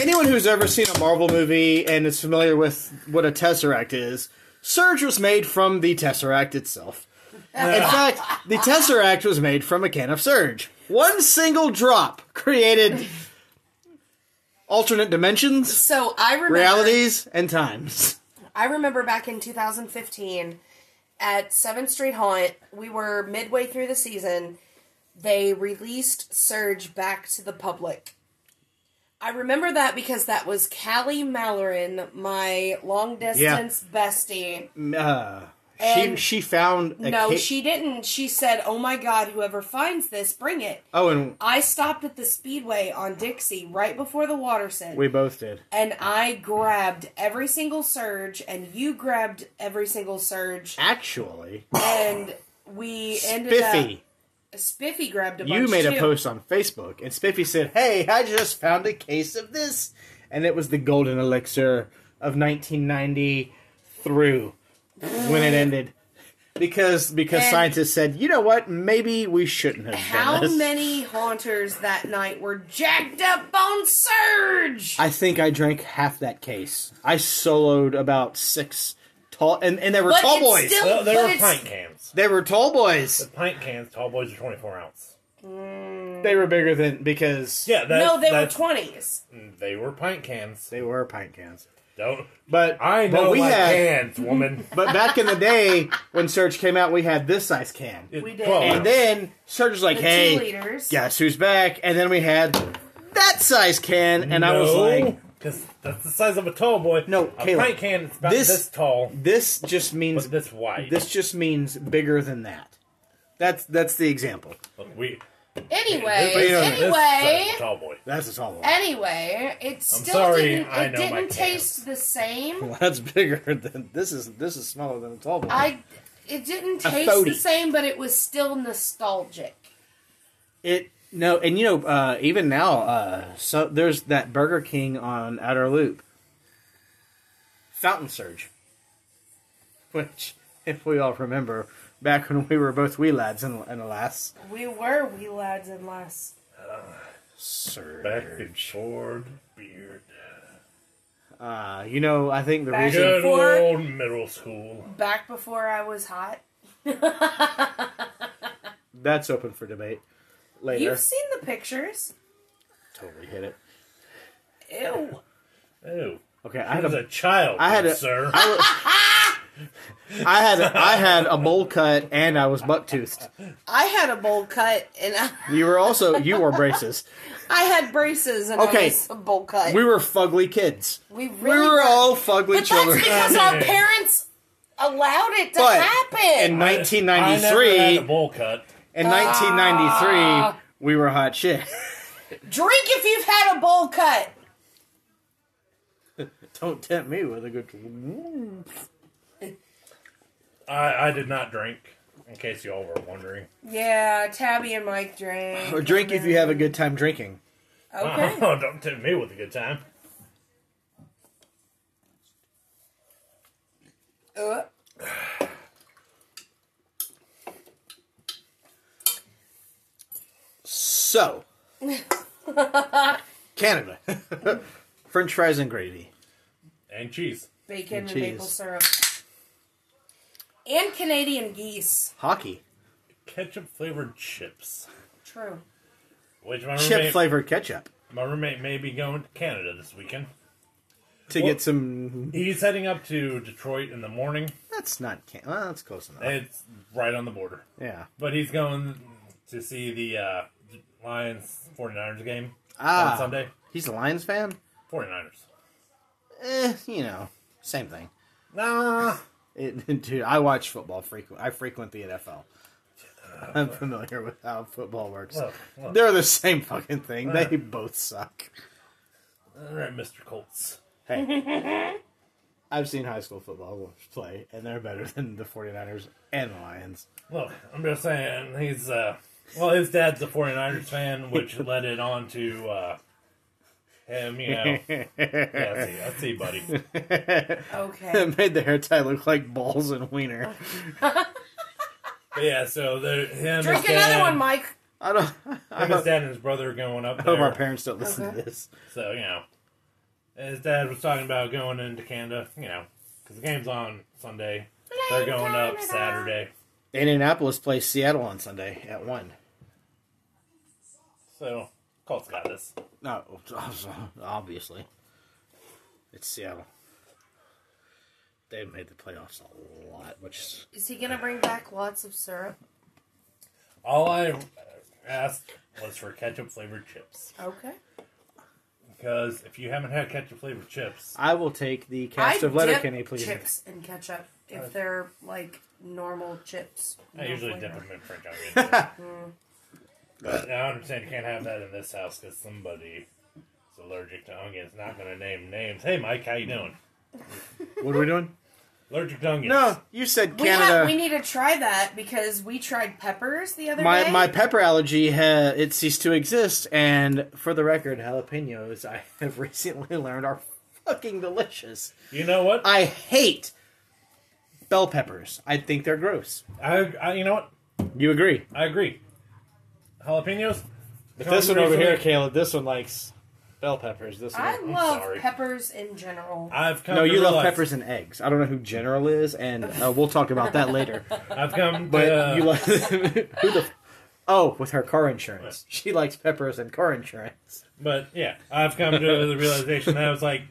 [SPEAKER 1] anyone who's ever seen a Marvel movie and is familiar with what a tesseract is, Surge was made from the tesseract itself. In fact, the tesseract was made from a can of Surge. One single drop created alternate dimensions,
[SPEAKER 4] So I remember.
[SPEAKER 1] realities, and times.
[SPEAKER 4] I remember back in 2015 at 7th Street Haunt, we were midway through the season. They released Surge back to the public. I remember that because that was Callie Mallorin, my long distance bestie.
[SPEAKER 1] Uh, she
[SPEAKER 4] And-
[SPEAKER 1] she found a
[SPEAKER 4] No,
[SPEAKER 1] ca-
[SPEAKER 4] she didn't. She said, Oh my god, whoever finds this, bring it.
[SPEAKER 1] oh and
[SPEAKER 4] I stopped at the Speedway on Dixie right before the Waterson.
[SPEAKER 1] we both did.
[SPEAKER 4] and I grabbed every single surge, and you grabbed every single surge,
[SPEAKER 1] Actually,
[SPEAKER 4] and we ended
[SPEAKER 1] Biffy.
[SPEAKER 4] up. Spiffy grabbed a bunch.
[SPEAKER 1] you made
[SPEAKER 4] too.
[SPEAKER 1] a post on Facebook, and Spiffy said, "Hey, I just found a case of this," and it was the golden elixir of 1990 through when it ended, because because
[SPEAKER 4] And-
[SPEAKER 1] scientists said, "You know what? Maybe we shouldn't have
[SPEAKER 4] How
[SPEAKER 1] done this."
[SPEAKER 4] many haunters that night were jacked up on surge?
[SPEAKER 1] I think I drank half that case. I soloed about six tall, and and they were
[SPEAKER 4] But
[SPEAKER 1] tall
[SPEAKER 4] it's
[SPEAKER 1] boys.
[SPEAKER 4] still-
[SPEAKER 3] Well, they
[SPEAKER 4] But
[SPEAKER 3] were
[SPEAKER 4] it's-
[SPEAKER 3] pint cans.
[SPEAKER 1] they were tall boys.
[SPEAKER 3] Pint cans, tall boys are 24 ounce.
[SPEAKER 1] They were bigger than because
[SPEAKER 3] Yeah, that,
[SPEAKER 4] no, they were
[SPEAKER 3] that's-
[SPEAKER 4] twenties.
[SPEAKER 3] They were pint cans.
[SPEAKER 1] they were pint cans.
[SPEAKER 3] Don't.
[SPEAKER 1] But
[SPEAKER 3] I
[SPEAKER 1] but
[SPEAKER 3] know
[SPEAKER 1] we
[SPEAKER 3] my
[SPEAKER 1] had
[SPEAKER 3] cans, woman.
[SPEAKER 1] But back in the day, when Surge came out, we had this size can.
[SPEAKER 4] We did.
[SPEAKER 1] And then Surge was like,
[SPEAKER 4] The
[SPEAKER 1] hey,
[SPEAKER 4] two liters.
[SPEAKER 1] guess who's back? And then we had that size can, and I was like,
[SPEAKER 3] because that's the size of a tall boy.
[SPEAKER 1] No,
[SPEAKER 3] a
[SPEAKER 1] Caleb,
[SPEAKER 3] pint can is about
[SPEAKER 1] this-
[SPEAKER 3] this, tall,
[SPEAKER 1] this just means
[SPEAKER 3] but this wide.
[SPEAKER 1] this just means bigger than that. That's that's the example.
[SPEAKER 3] Look, we
[SPEAKER 4] Anyway,
[SPEAKER 3] this- this size of
[SPEAKER 4] anyway,
[SPEAKER 3] a tall boy.
[SPEAKER 1] That's a tall one.
[SPEAKER 4] anyway, it still
[SPEAKER 3] sorry,
[SPEAKER 4] didn't.
[SPEAKER 3] I
[SPEAKER 4] It
[SPEAKER 3] know my cans.
[SPEAKER 4] didn't taste the same.
[SPEAKER 1] That's bigger than this is this is smaller than a tall boy.
[SPEAKER 4] I. It didn't
[SPEAKER 1] A
[SPEAKER 4] taste the
[SPEAKER 1] 30.
[SPEAKER 4] same, but it was still nostalgic.
[SPEAKER 1] It no, and you know, uh, even now, uh, so there's that Burger King on Outer Loop, Fountain Surge, which, if we all remember, back when we were both wee lads and, and alas,
[SPEAKER 4] We were wee lads and less.
[SPEAKER 3] Back
[SPEAKER 1] Surge.
[SPEAKER 3] in Ford beard.
[SPEAKER 1] Uh, you know, I think the
[SPEAKER 4] Back-
[SPEAKER 1] reason
[SPEAKER 3] Good
[SPEAKER 4] Ford.
[SPEAKER 3] old middle school.
[SPEAKER 4] Back before I was hot.
[SPEAKER 1] that's open for debate later.
[SPEAKER 4] You've seen the pictures.
[SPEAKER 1] Totally hit it.
[SPEAKER 4] Ew.
[SPEAKER 3] Ew.
[SPEAKER 1] Okay, I
[SPEAKER 3] I
[SPEAKER 1] had
[SPEAKER 3] was
[SPEAKER 1] a
[SPEAKER 3] a child.
[SPEAKER 1] I had a-
[SPEAKER 3] sir.
[SPEAKER 1] I had a, I had a bowl cut and I was buck toothed.
[SPEAKER 4] I had a bowl cut and I,
[SPEAKER 1] You were also you wore braces.
[SPEAKER 4] I had braces and I
[SPEAKER 1] Okay.
[SPEAKER 4] was a bowl cut.
[SPEAKER 1] We were fugly kids.
[SPEAKER 4] We
[SPEAKER 1] We
[SPEAKER 4] really
[SPEAKER 1] were
[SPEAKER 4] were.
[SPEAKER 1] all fugly
[SPEAKER 4] But that's
[SPEAKER 1] children.
[SPEAKER 4] because our parents allowed it to
[SPEAKER 1] But-
[SPEAKER 4] happen.
[SPEAKER 1] in
[SPEAKER 3] I-
[SPEAKER 1] 1993
[SPEAKER 3] I never had a bowl cut.
[SPEAKER 1] In
[SPEAKER 4] Ah.
[SPEAKER 1] 1993, we were hot shit.
[SPEAKER 4] Drink if you've had a bowl cut.
[SPEAKER 1] Don't tempt me with a good.
[SPEAKER 3] I, I did not drink. In case y'all were wondering.
[SPEAKER 4] Yeah, Tabby and Mike drank.
[SPEAKER 1] Or drink if you have a good time drinking.
[SPEAKER 4] Okay.
[SPEAKER 3] Oh, don't tempt me with a good time.
[SPEAKER 4] Uh.
[SPEAKER 1] So, Canada, French fries and gravy.
[SPEAKER 3] And cheese.
[SPEAKER 4] bacon and,
[SPEAKER 1] And
[SPEAKER 4] maple
[SPEAKER 1] cheese.
[SPEAKER 4] syrup. And Canadian geese.
[SPEAKER 1] Hockey.
[SPEAKER 3] Ketchup flavored chips.
[SPEAKER 4] True.
[SPEAKER 3] Which my
[SPEAKER 1] Chip
[SPEAKER 3] roommate,
[SPEAKER 1] flavored ketchup
[SPEAKER 3] my roommate may be going to Canada this weekend.
[SPEAKER 1] to
[SPEAKER 3] Well-
[SPEAKER 1] get some.
[SPEAKER 3] He's heading up to Detroit in the morning.
[SPEAKER 1] That's not. Can- well, that's close enough.
[SPEAKER 3] It's right on the border.
[SPEAKER 1] yeah.
[SPEAKER 3] But he's going to see the uh, Lions 49ers game
[SPEAKER 1] Ah.
[SPEAKER 3] on Sunday.
[SPEAKER 1] He's a Lions fan?
[SPEAKER 3] 49ers.
[SPEAKER 1] Eh, you know, same thing.
[SPEAKER 3] Nah.
[SPEAKER 1] It, dude, I watch football frequent. I frequent the NFL. I'm familiar with how football works.
[SPEAKER 3] Look, look.
[SPEAKER 1] They're the same fucking thing. They both suck.
[SPEAKER 3] All right, Mr. Colts.
[SPEAKER 1] Hey, I've seen high school football play, and they're better than the 49ers and the Lions.
[SPEAKER 3] Look, I'm just saying, he's, uh, well, his dad's a 49ers fan, which led it on to uh, him, you know. Yeah, I see, I see, buddy.
[SPEAKER 4] Okay.
[SPEAKER 1] It made the hair tie look like balls and wiener.
[SPEAKER 3] But yeah, so there, him,
[SPEAKER 4] Drink
[SPEAKER 3] his
[SPEAKER 4] another
[SPEAKER 3] dad,
[SPEAKER 4] one, Mike.
[SPEAKER 1] I don't. I
[SPEAKER 3] him, his
[SPEAKER 1] hope,
[SPEAKER 3] dad and his brother are going up
[SPEAKER 1] I hope
[SPEAKER 3] there.
[SPEAKER 1] our Oh, parents don't listen
[SPEAKER 4] Okay.
[SPEAKER 1] to this.
[SPEAKER 3] So, you know, his dad was talking about going into Canada, you know, because the game's on Sunday. They're going up Saturday.
[SPEAKER 1] Indianapolis plays Seattle on Sunday at one.
[SPEAKER 3] So, Colts got this.
[SPEAKER 1] No, obviously, it's Seattle. They made the playoffs a lot, which is
[SPEAKER 4] Is he gonna bring back lots of syrup?
[SPEAKER 3] All I asked was for ketchup flavored chips.
[SPEAKER 4] Okay.
[SPEAKER 3] Because if you haven't had ketchup flavored chips,
[SPEAKER 1] I will take the cast
[SPEAKER 4] I
[SPEAKER 1] of
[SPEAKER 4] dip
[SPEAKER 1] Letterkenny, please. Uh,
[SPEAKER 4] Chips and ketchup if they're like normal chips.
[SPEAKER 3] I
[SPEAKER 4] no
[SPEAKER 3] usually
[SPEAKER 4] flavor.
[SPEAKER 3] dip them in French onion. but I understand you can't have that in this house because somebody is allergic to onions. Not going to name names. Hey, Mike, how you doing?
[SPEAKER 1] What are we doing?
[SPEAKER 3] Allergic to onions.
[SPEAKER 1] No, you said
[SPEAKER 4] We,
[SPEAKER 1] Canada.
[SPEAKER 4] have, we need to try that because we tried peppers the other
[SPEAKER 1] my
[SPEAKER 4] day.
[SPEAKER 1] my pepper allergy ha- it ceased to exist, and for the record, jalapenos I have recently learned are fucking delicious.
[SPEAKER 3] You know what?
[SPEAKER 1] I hate bell peppers. I think they're gross.
[SPEAKER 3] I, I You know what?
[SPEAKER 1] You agree?
[SPEAKER 3] I agree. Jalapenos?
[SPEAKER 1] But this one over here, Caleb. This one likes bell peppers. This one.
[SPEAKER 4] I
[SPEAKER 3] I'm
[SPEAKER 4] love
[SPEAKER 3] sorry. Uh,
[SPEAKER 4] peppers in general.
[SPEAKER 3] I've come
[SPEAKER 1] no,
[SPEAKER 3] to
[SPEAKER 1] you love
[SPEAKER 3] realize-
[SPEAKER 1] peppers and eggs. I don't know who General is, and uh, we'll talk about that later.
[SPEAKER 3] I've come
[SPEAKER 1] But
[SPEAKER 3] to. uh,
[SPEAKER 1] you love who the? Oh, with her car insurance, she likes peppers and car insurance.
[SPEAKER 3] But yeah, I've come to the realization that I was like,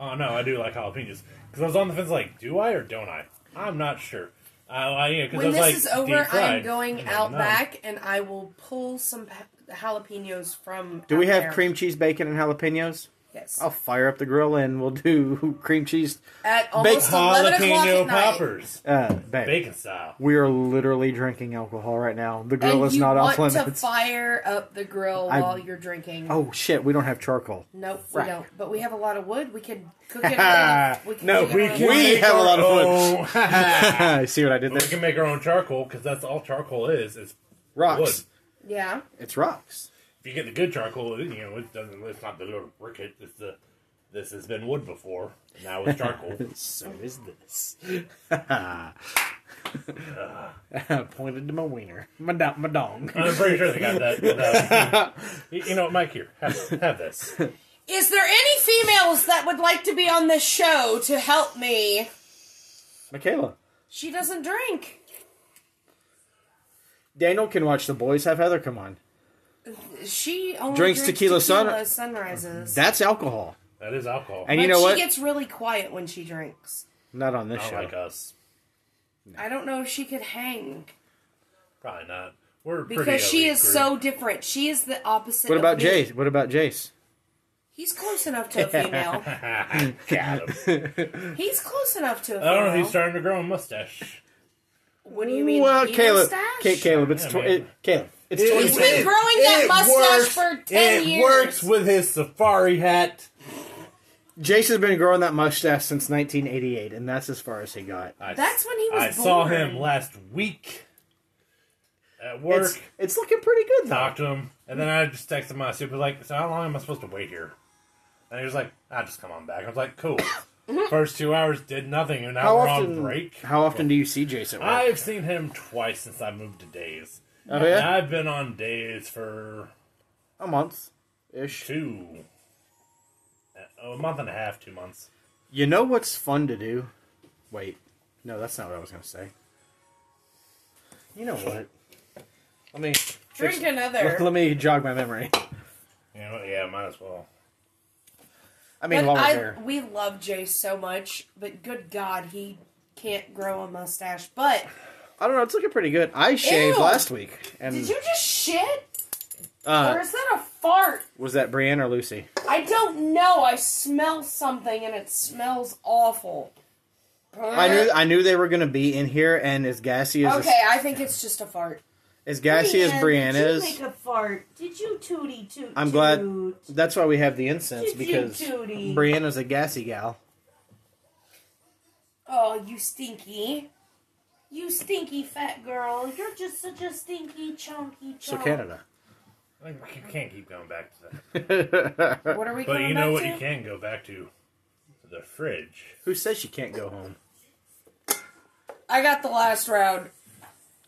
[SPEAKER 3] oh no, I do like jalapenos because I was on the fence like, do I or don't I? I'm not sure. I, I, yeah, 'cause I
[SPEAKER 4] When
[SPEAKER 3] was
[SPEAKER 4] this
[SPEAKER 3] like,
[SPEAKER 4] is over, I am
[SPEAKER 3] deep-fried.
[SPEAKER 4] going
[SPEAKER 3] And
[SPEAKER 4] out
[SPEAKER 3] no.
[SPEAKER 4] back and I will pull some pe- jalapenos from.
[SPEAKER 1] Do we
[SPEAKER 4] out
[SPEAKER 1] have
[SPEAKER 4] there.
[SPEAKER 1] cream cheese, bacon, and jalapenos?
[SPEAKER 4] Yes.
[SPEAKER 1] I'll fire up the grill and we'll do cream cheese.
[SPEAKER 4] At almost
[SPEAKER 1] Baked
[SPEAKER 4] eleven o'clock
[SPEAKER 3] Jalapeno
[SPEAKER 4] at night.
[SPEAKER 3] poppers,
[SPEAKER 1] Uh, babe,
[SPEAKER 3] bacon style.
[SPEAKER 1] We are literally drinking alcohol right now. The grill
[SPEAKER 4] And
[SPEAKER 1] is
[SPEAKER 4] you
[SPEAKER 1] not off
[SPEAKER 4] want to
[SPEAKER 1] limits.
[SPEAKER 4] fire up the grill
[SPEAKER 1] I-
[SPEAKER 4] while you're drinking?
[SPEAKER 1] oh shit, we don't have charcoal.
[SPEAKER 4] nope,
[SPEAKER 1] frack.
[SPEAKER 4] we don't. But we have a lot of wood. We can cook it. on a- we can
[SPEAKER 1] No,
[SPEAKER 4] cook it
[SPEAKER 1] we
[SPEAKER 4] on a-
[SPEAKER 1] can- We have a lot of
[SPEAKER 3] own.
[SPEAKER 1] I see what I did
[SPEAKER 3] we
[SPEAKER 1] there.
[SPEAKER 3] can make our own charcoal because that's all charcoal is. It's
[SPEAKER 1] Rocks.
[SPEAKER 3] wood.
[SPEAKER 4] Yeah,
[SPEAKER 1] It's rocks.
[SPEAKER 3] If you get the good charcoal, you know it doesn't. It's not the little briquette. It's the this has been wood before. Now it's charcoal.
[SPEAKER 1] So is this. Uh, Pointed to my wiener. My, do- my dong.
[SPEAKER 3] I'm pretty sure they got that. that- you you know, what, Mike, here, have, have this.
[SPEAKER 4] Is there any females that would like to be on this show to help me?
[SPEAKER 1] Michaela.
[SPEAKER 4] She doesn't drink.
[SPEAKER 1] Daniel can watch the boys. Have Heather come on.
[SPEAKER 4] She only
[SPEAKER 1] Drinks
[SPEAKER 4] drinks,
[SPEAKER 1] tequila sun-
[SPEAKER 4] tequila, sunrises.
[SPEAKER 1] That's alcohol.
[SPEAKER 3] That is alcohol.
[SPEAKER 1] And
[SPEAKER 4] But
[SPEAKER 1] you know
[SPEAKER 4] she
[SPEAKER 1] what?
[SPEAKER 4] gets really quiet when she drinks.
[SPEAKER 1] Not on this
[SPEAKER 3] Not
[SPEAKER 1] show.
[SPEAKER 3] like us.
[SPEAKER 4] I don't know if she could hang
[SPEAKER 3] Probably not. We're a pretty
[SPEAKER 4] because she
[SPEAKER 3] elite
[SPEAKER 4] is
[SPEAKER 3] group.
[SPEAKER 4] so different. She is the opposite.
[SPEAKER 1] What
[SPEAKER 4] of
[SPEAKER 1] about
[SPEAKER 4] me.
[SPEAKER 1] Jace? What about Jace?
[SPEAKER 4] He's close enough to a female.
[SPEAKER 3] Got him.
[SPEAKER 4] He's close enough to a
[SPEAKER 3] I
[SPEAKER 4] female.
[SPEAKER 3] don't know. He's starting to grow a mustache.
[SPEAKER 4] What do you mean?
[SPEAKER 1] well,
[SPEAKER 4] penis
[SPEAKER 1] Caleb,
[SPEAKER 4] stash?
[SPEAKER 1] Ca- Caleb, it's
[SPEAKER 3] Yeah,
[SPEAKER 1] tw-
[SPEAKER 3] man.
[SPEAKER 1] it, Caleb, it's
[SPEAKER 3] It-
[SPEAKER 1] twenty.
[SPEAKER 4] He's been growing that
[SPEAKER 3] It
[SPEAKER 4] mustache for ten
[SPEAKER 3] it
[SPEAKER 4] years.
[SPEAKER 3] works with his safari hat.
[SPEAKER 1] Jace has been growing that mustache since 1988, and that's as far as he got.
[SPEAKER 3] I,
[SPEAKER 4] That's when he was
[SPEAKER 3] I saw
[SPEAKER 4] born.
[SPEAKER 3] him last week at work.
[SPEAKER 1] It's, it's looking pretty good though.
[SPEAKER 3] talked to him, and then I just texted my super like, "So how long am I supposed to wait here?" And he was like, "I just come on back." I was like, "Cool." First two hours did nothing, and now
[SPEAKER 1] How
[SPEAKER 3] we're
[SPEAKER 1] often?
[SPEAKER 3] on break.
[SPEAKER 1] How often do you see Jace at work?
[SPEAKER 3] I've seen him twice since I moved to days.
[SPEAKER 1] oh
[SPEAKER 3] And
[SPEAKER 1] yeah,
[SPEAKER 3] I've been on days for
[SPEAKER 1] a month ish.
[SPEAKER 3] two, uh, a month and a half, two months.
[SPEAKER 1] You know what's fun to do? Wait, no, that's not what I was gonna say. You know what? Let me
[SPEAKER 4] Drink another.
[SPEAKER 1] let, let me jog my memory.
[SPEAKER 3] You know, yeah, might as well.
[SPEAKER 1] I mean,
[SPEAKER 4] But
[SPEAKER 1] while we're
[SPEAKER 4] I,
[SPEAKER 1] there,
[SPEAKER 4] we love Jay so much, but good God, he can't grow a mustache. But
[SPEAKER 1] I don't know. It's looking pretty good. I shaved
[SPEAKER 4] Ew.
[SPEAKER 1] last week, and
[SPEAKER 4] did you just shit?
[SPEAKER 1] uh,
[SPEAKER 4] Or is that a fart?
[SPEAKER 1] was that Brienne or Lucy?
[SPEAKER 4] I don't know. I smell something and it smells awful.
[SPEAKER 1] I knew I knew they were gonna be in here, and as gassy as
[SPEAKER 4] Okay, I think it's just a fart.
[SPEAKER 1] as gassy as Brienne
[SPEAKER 6] did
[SPEAKER 1] is,
[SPEAKER 6] You make a fart. Did you tootie toot?
[SPEAKER 1] I'm glad-
[SPEAKER 6] toot?
[SPEAKER 1] that's why we have the
[SPEAKER 6] Did
[SPEAKER 1] incense
[SPEAKER 6] you
[SPEAKER 1] because
[SPEAKER 6] tootie?
[SPEAKER 1] Brienne is a gassy gal.
[SPEAKER 4] Oh, you stinky.
[SPEAKER 6] You stinky fat girl. You're just such a stinky chunky chunk.
[SPEAKER 1] So Canada.
[SPEAKER 3] I think You can't keep going back to that.
[SPEAKER 4] What are we
[SPEAKER 3] But
[SPEAKER 4] coming
[SPEAKER 3] you know
[SPEAKER 4] back
[SPEAKER 3] what?
[SPEAKER 4] to?
[SPEAKER 3] You can go back to the fridge.
[SPEAKER 1] Who says you can't go home?
[SPEAKER 4] I got the last round.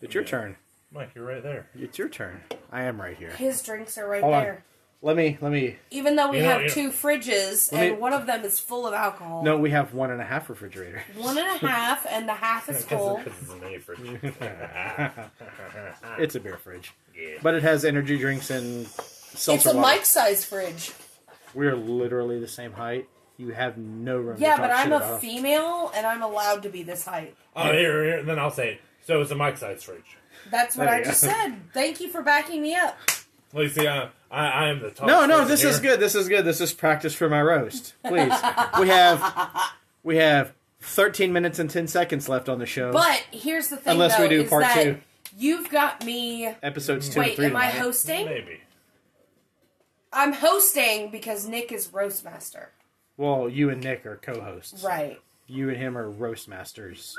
[SPEAKER 1] It's your turn.
[SPEAKER 3] Mike, you're right there.
[SPEAKER 1] It's your turn. I am right here.
[SPEAKER 4] His drinks are right
[SPEAKER 1] Hold on.
[SPEAKER 4] there.
[SPEAKER 1] Let me. Let me.
[SPEAKER 4] Even though we
[SPEAKER 3] You know-
[SPEAKER 4] have
[SPEAKER 3] you know-
[SPEAKER 4] two fridges
[SPEAKER 1] Let me-
[SPEAKER 4] and one of them is full of alcohol.
[SPEAKER 1] No, we have one and a half refrigerator.
[SPEAKER 4] One and a half and the half is full.
[SPEAKER 3] Because it's a mini fridge.
[SPEAKER 1] It's a beer fridge,
[SPEAKER 3] Yeah.
[SPEAKER 1] but it has energy drinks and
[SPEAKER 4] It's
[SPEAKER 1] seltzer
[SPEAKER 4] a
[SPEAKER 1] water.
[SPEAKER 4] Mike size fridge.
[SPEAKER 1] We're literally the same height. You have no room.
[SPEAKER 4] Yeah,
[SPEAKER 1] to
[SPEAKER 4] but
[SPEAKER 1] talk
[SPEAKER 4] I'm
[SPEAKER 1] shit
[SPEAKER 4] a
[SPEAKER 1] about.
[SPEAKER 4] female and I'm allowed to be this height.
[SPEAKER 3] Oh, here, here, then I'll say it. So it's a mic size fridge.
[SPEAKER 4] That's what
[SPEAKER 1] There
[SPEAKER 4] I
[SPEAKER 1] you
[SPEAKER 4] just
[SPEAKER 1] go.
[SPEAKER 4] said. Thank you for backing me up.
[SPEAKER 3] Well, you see, I, I, I am the top.
[SPEAKER 1] No, no, this is good. This is good. This is practice for my roast. Please, we have we have 13 minutes and 10 seconds left on the show.
[SPEAKER 4] But here's the thing
[SPEAKER 1] Unless
[SPEAKER 4] though,
[SPEAKER 1] we do
[SPEAKER 4] is
[SPEAKER 1] part
[SPEAKER 4] that
[SPEAKER 1] two.
[SPEAKER 4] you've got me
[SPEAKER 1] episodes two and
[SPEAKER 4] Wait,
[SPEAKER 1] three.
[SPEAKER 4] am I
[SPEAKER 1] tonight.
[SPEAKER 4] hosting?
[SPEAKER 3] Maybe.
[SPEAKER 4] I'm hosting because Nick is roast master.
[SPEAKER 1] well, you and Nick are co-hosts.
[SPEAKER 4] Right.
[SPEAKER 1] You and him are roast masters.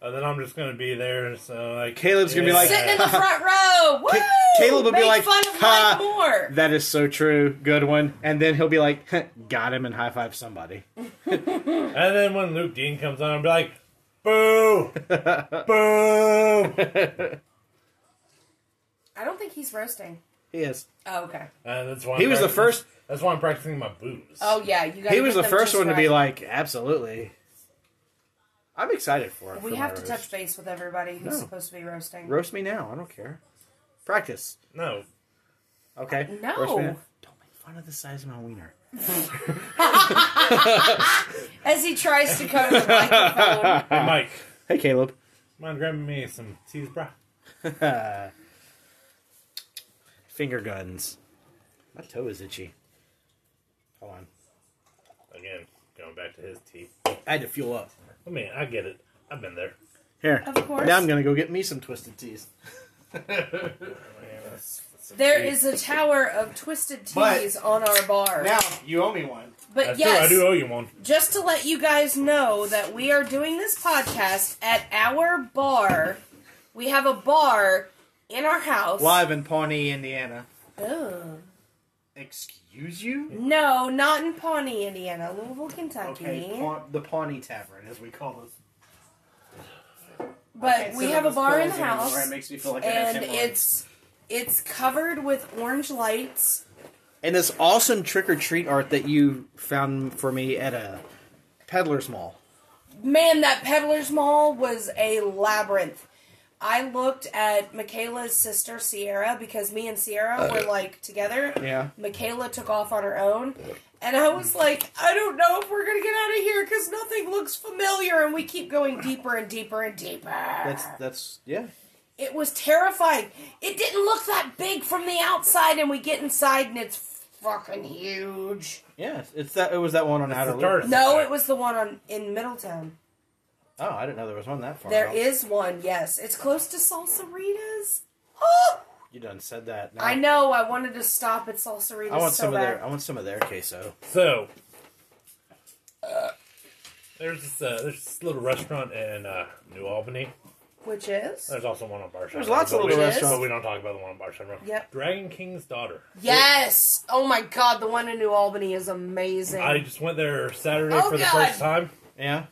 [SPEAKER 3] And then I'm just going to be there. So like,
[SPEAKER 1] Caleb's gonna be like-
[SPEAKER 4] Sitting in the front row. Woo!
[SPEAKER 1] Caleb will be
[SPEAKER 4] Make
[SPEAKER 1] like,
[SPEAKER 4] fun of
[SPEAKER 1] "Ha."
[SPEAKER 4] Mike Moore.
[SPEAKER 1] That is so true. Good one. And then he'll be like, "Got him," and high five somebody.
[SPEAKER 3] and then when Luke Dean comes on, I'll be like, boo, boo.
[SPEAKER 4] I don't think he's roasting.
[SPEAKER 1] He is.
[SPEAKER 4] Oh, okay.
[SPEAKER 3] And that's why
[SPEAKER 1] He
[SPEAKER 3] I'm
[SPEAKER 1] was the
[SPEAKER 3] practicing-
[SPEAKER 1] first.
[SPEAKER 3] That's why I'm practicing my booze.
[SPEAKER 4] Oh yeah, you guys.
[SPEAKER 1] He was the first one to be like, "Absolutely." I'm excited for it.
[SPEAKER 4] We
[SPEAKER 1] for
[SPEAKER 4] have
[SPEAKER 1] my
[SPEAKER 4] to
[SPEAKER 1] roast.
[SPEAKER 4] touch base with everybody who's
[SPEAKER 1] No.
[SPEAKER 4] supposed to be roasting.
[SPEAKER 1] Roast me now. I don't care. Practice.
[SPEAKER 3] no.
[SPEAKER 1] Okay.
[SPEAKER 4] No.
[SPEAKER 1] Roast me now. Don't make fun of the size of my wiener.
[SPEAKER 4] As he tries to cover the microphone.
[SPEAKER 1] Ah.
[SPEAKER 3] Hey, Mike,
[SPEAKER 1] Hey, Caleb.
[SPEAKER 3] mind grabbing me some cheese, bra?
[SPEAKER 1] Finger guns. My toe is itchy. Hold on.
[SPEAKER 3] Again, going back to his teeth.
[SPEAKER 1] I had to fuel up.
[SPEAKER 3] I mean, I get it. I've been there.
[SPEAKER 1] Here.
[SPEAKER 4] Of course.
[SPEAKER 1] Now I'm gonna go get me some twisted teas.
[SPEAKER 4] There is a tower of twisted
[SPEAKER 1] But-
[SPEAKER 4] teas on our bar.
[SPEAKER 1] you owe me one.
[SPEAKER 4] but
[SPEAKER 3] That's
[SPEAKER 4] yes,
[SPEAKER 3] true. I do owe you one.
[SPEAKER 4] just to let you guys know that we are doing this podcast at our bar. We have a bar in our house.
[SPEAKER 1] Live in Pawnee, Indiana.
[SPEAKER 4] Ugh.
[SPEAKER 1] Excuse you?
[SPEAKER 4] No, not in Pawnee, Indiana, Louisville, Kentucky.
[SPEAKER 1] Okay, Pawn- the Pawnee Tavern, as we call this.
[SPEAKER 4] but
[SPEAKER 1] Okay, so
[SPEAKER 4] we
[SPEAKER 1] that
[SPEAKER 4] have a
[SPEAKER 1] was
[SPEAKER 4] bar in the
[SPEAKER 1] pills anymore.
[SPEAKER 4] house,
[SPEAKER 1] It makes me feel like I have
[SPEAKER 4] and
[SPEAKER 1] hemorrhoids.
[SPEAKER 4] it's it's covered with orange lights.
[SPEAKER 1] and this awesome trick or treat art that you found for me at a peddler's mall.
[SPEAKER 4] Man, that Peddler's Mall was a labyrinth. I looked at Michaela's sister Sierra because me and Sierra were like together.
[SPEAKER 1] Uh, Yeah.
[SPEAKER 4] Michaela took off on her own. And I was like, I don't know if we're gonna get out of here because nothing looks familiar, and we keep going deeper and deeper and deeper.
[SPEAKER 1] That's that's yeah.
[SPEAKER 4] It was terrifying. It didn't look that big from the outside, and we get inside, and it's fucking huge.
[SPEAKER 1] Yeah, it's- it's that it was that one on Outer
[SPEAKER 3] the
[SPEAKER 1] Loop.
[SPEAKER 3] TARDIS.
[SPEAKER 4] No, it was the one on in Middletown.
[SPEAKER 1] Oh, I didn't know there was one that far.
[SPEAKER 4] There
[SPEAKER 1] out.
[SPEAKER 4] is one, yes. It's close to Salsarita's. Oh,
[SPEAKER 1] You done said that. Now,
[SPEAKER 4] I know. I wanted to stop at Salsarita's.
[SPEAKER 1] I want
[SPEAKER 4] so
[SPEAKER 1] some
[SPEAKER 4] bad.
[SPEAKER 1] of their. I want some of their queso.
[SPEAKER 3] So, uh, there's this uh, there's this little restaurant in uh, New Albany.
[SPEAKER 4] Which is?
[SPEAKER 1] Uh,
[SPEAKER 3] There's also one on Barsham.
[SPEAKER 1] There's lots of
[SPEAKER 3] But
[SPEAKER 1] little
[SPEAKER 3] we-
[SPEAKER 4] restaurants.
[SPEAKER 3] But we don't talk about the one on Barsham. Road.
[SPEAKER 4] Yep.
[SPEAKER 3] Dragon King's Daughter.
[SPEAKER 4] Yes. Oh my God, the one in New Albany is amazing.
[SPEAKER 3] I just went there Saturday
[SPEAKER 4] Oh,
[SPEAKER 3] for the
[SPEAKER 4] God.
[SPEAKER 3] first time.
[SPEAKER 1] Yeah.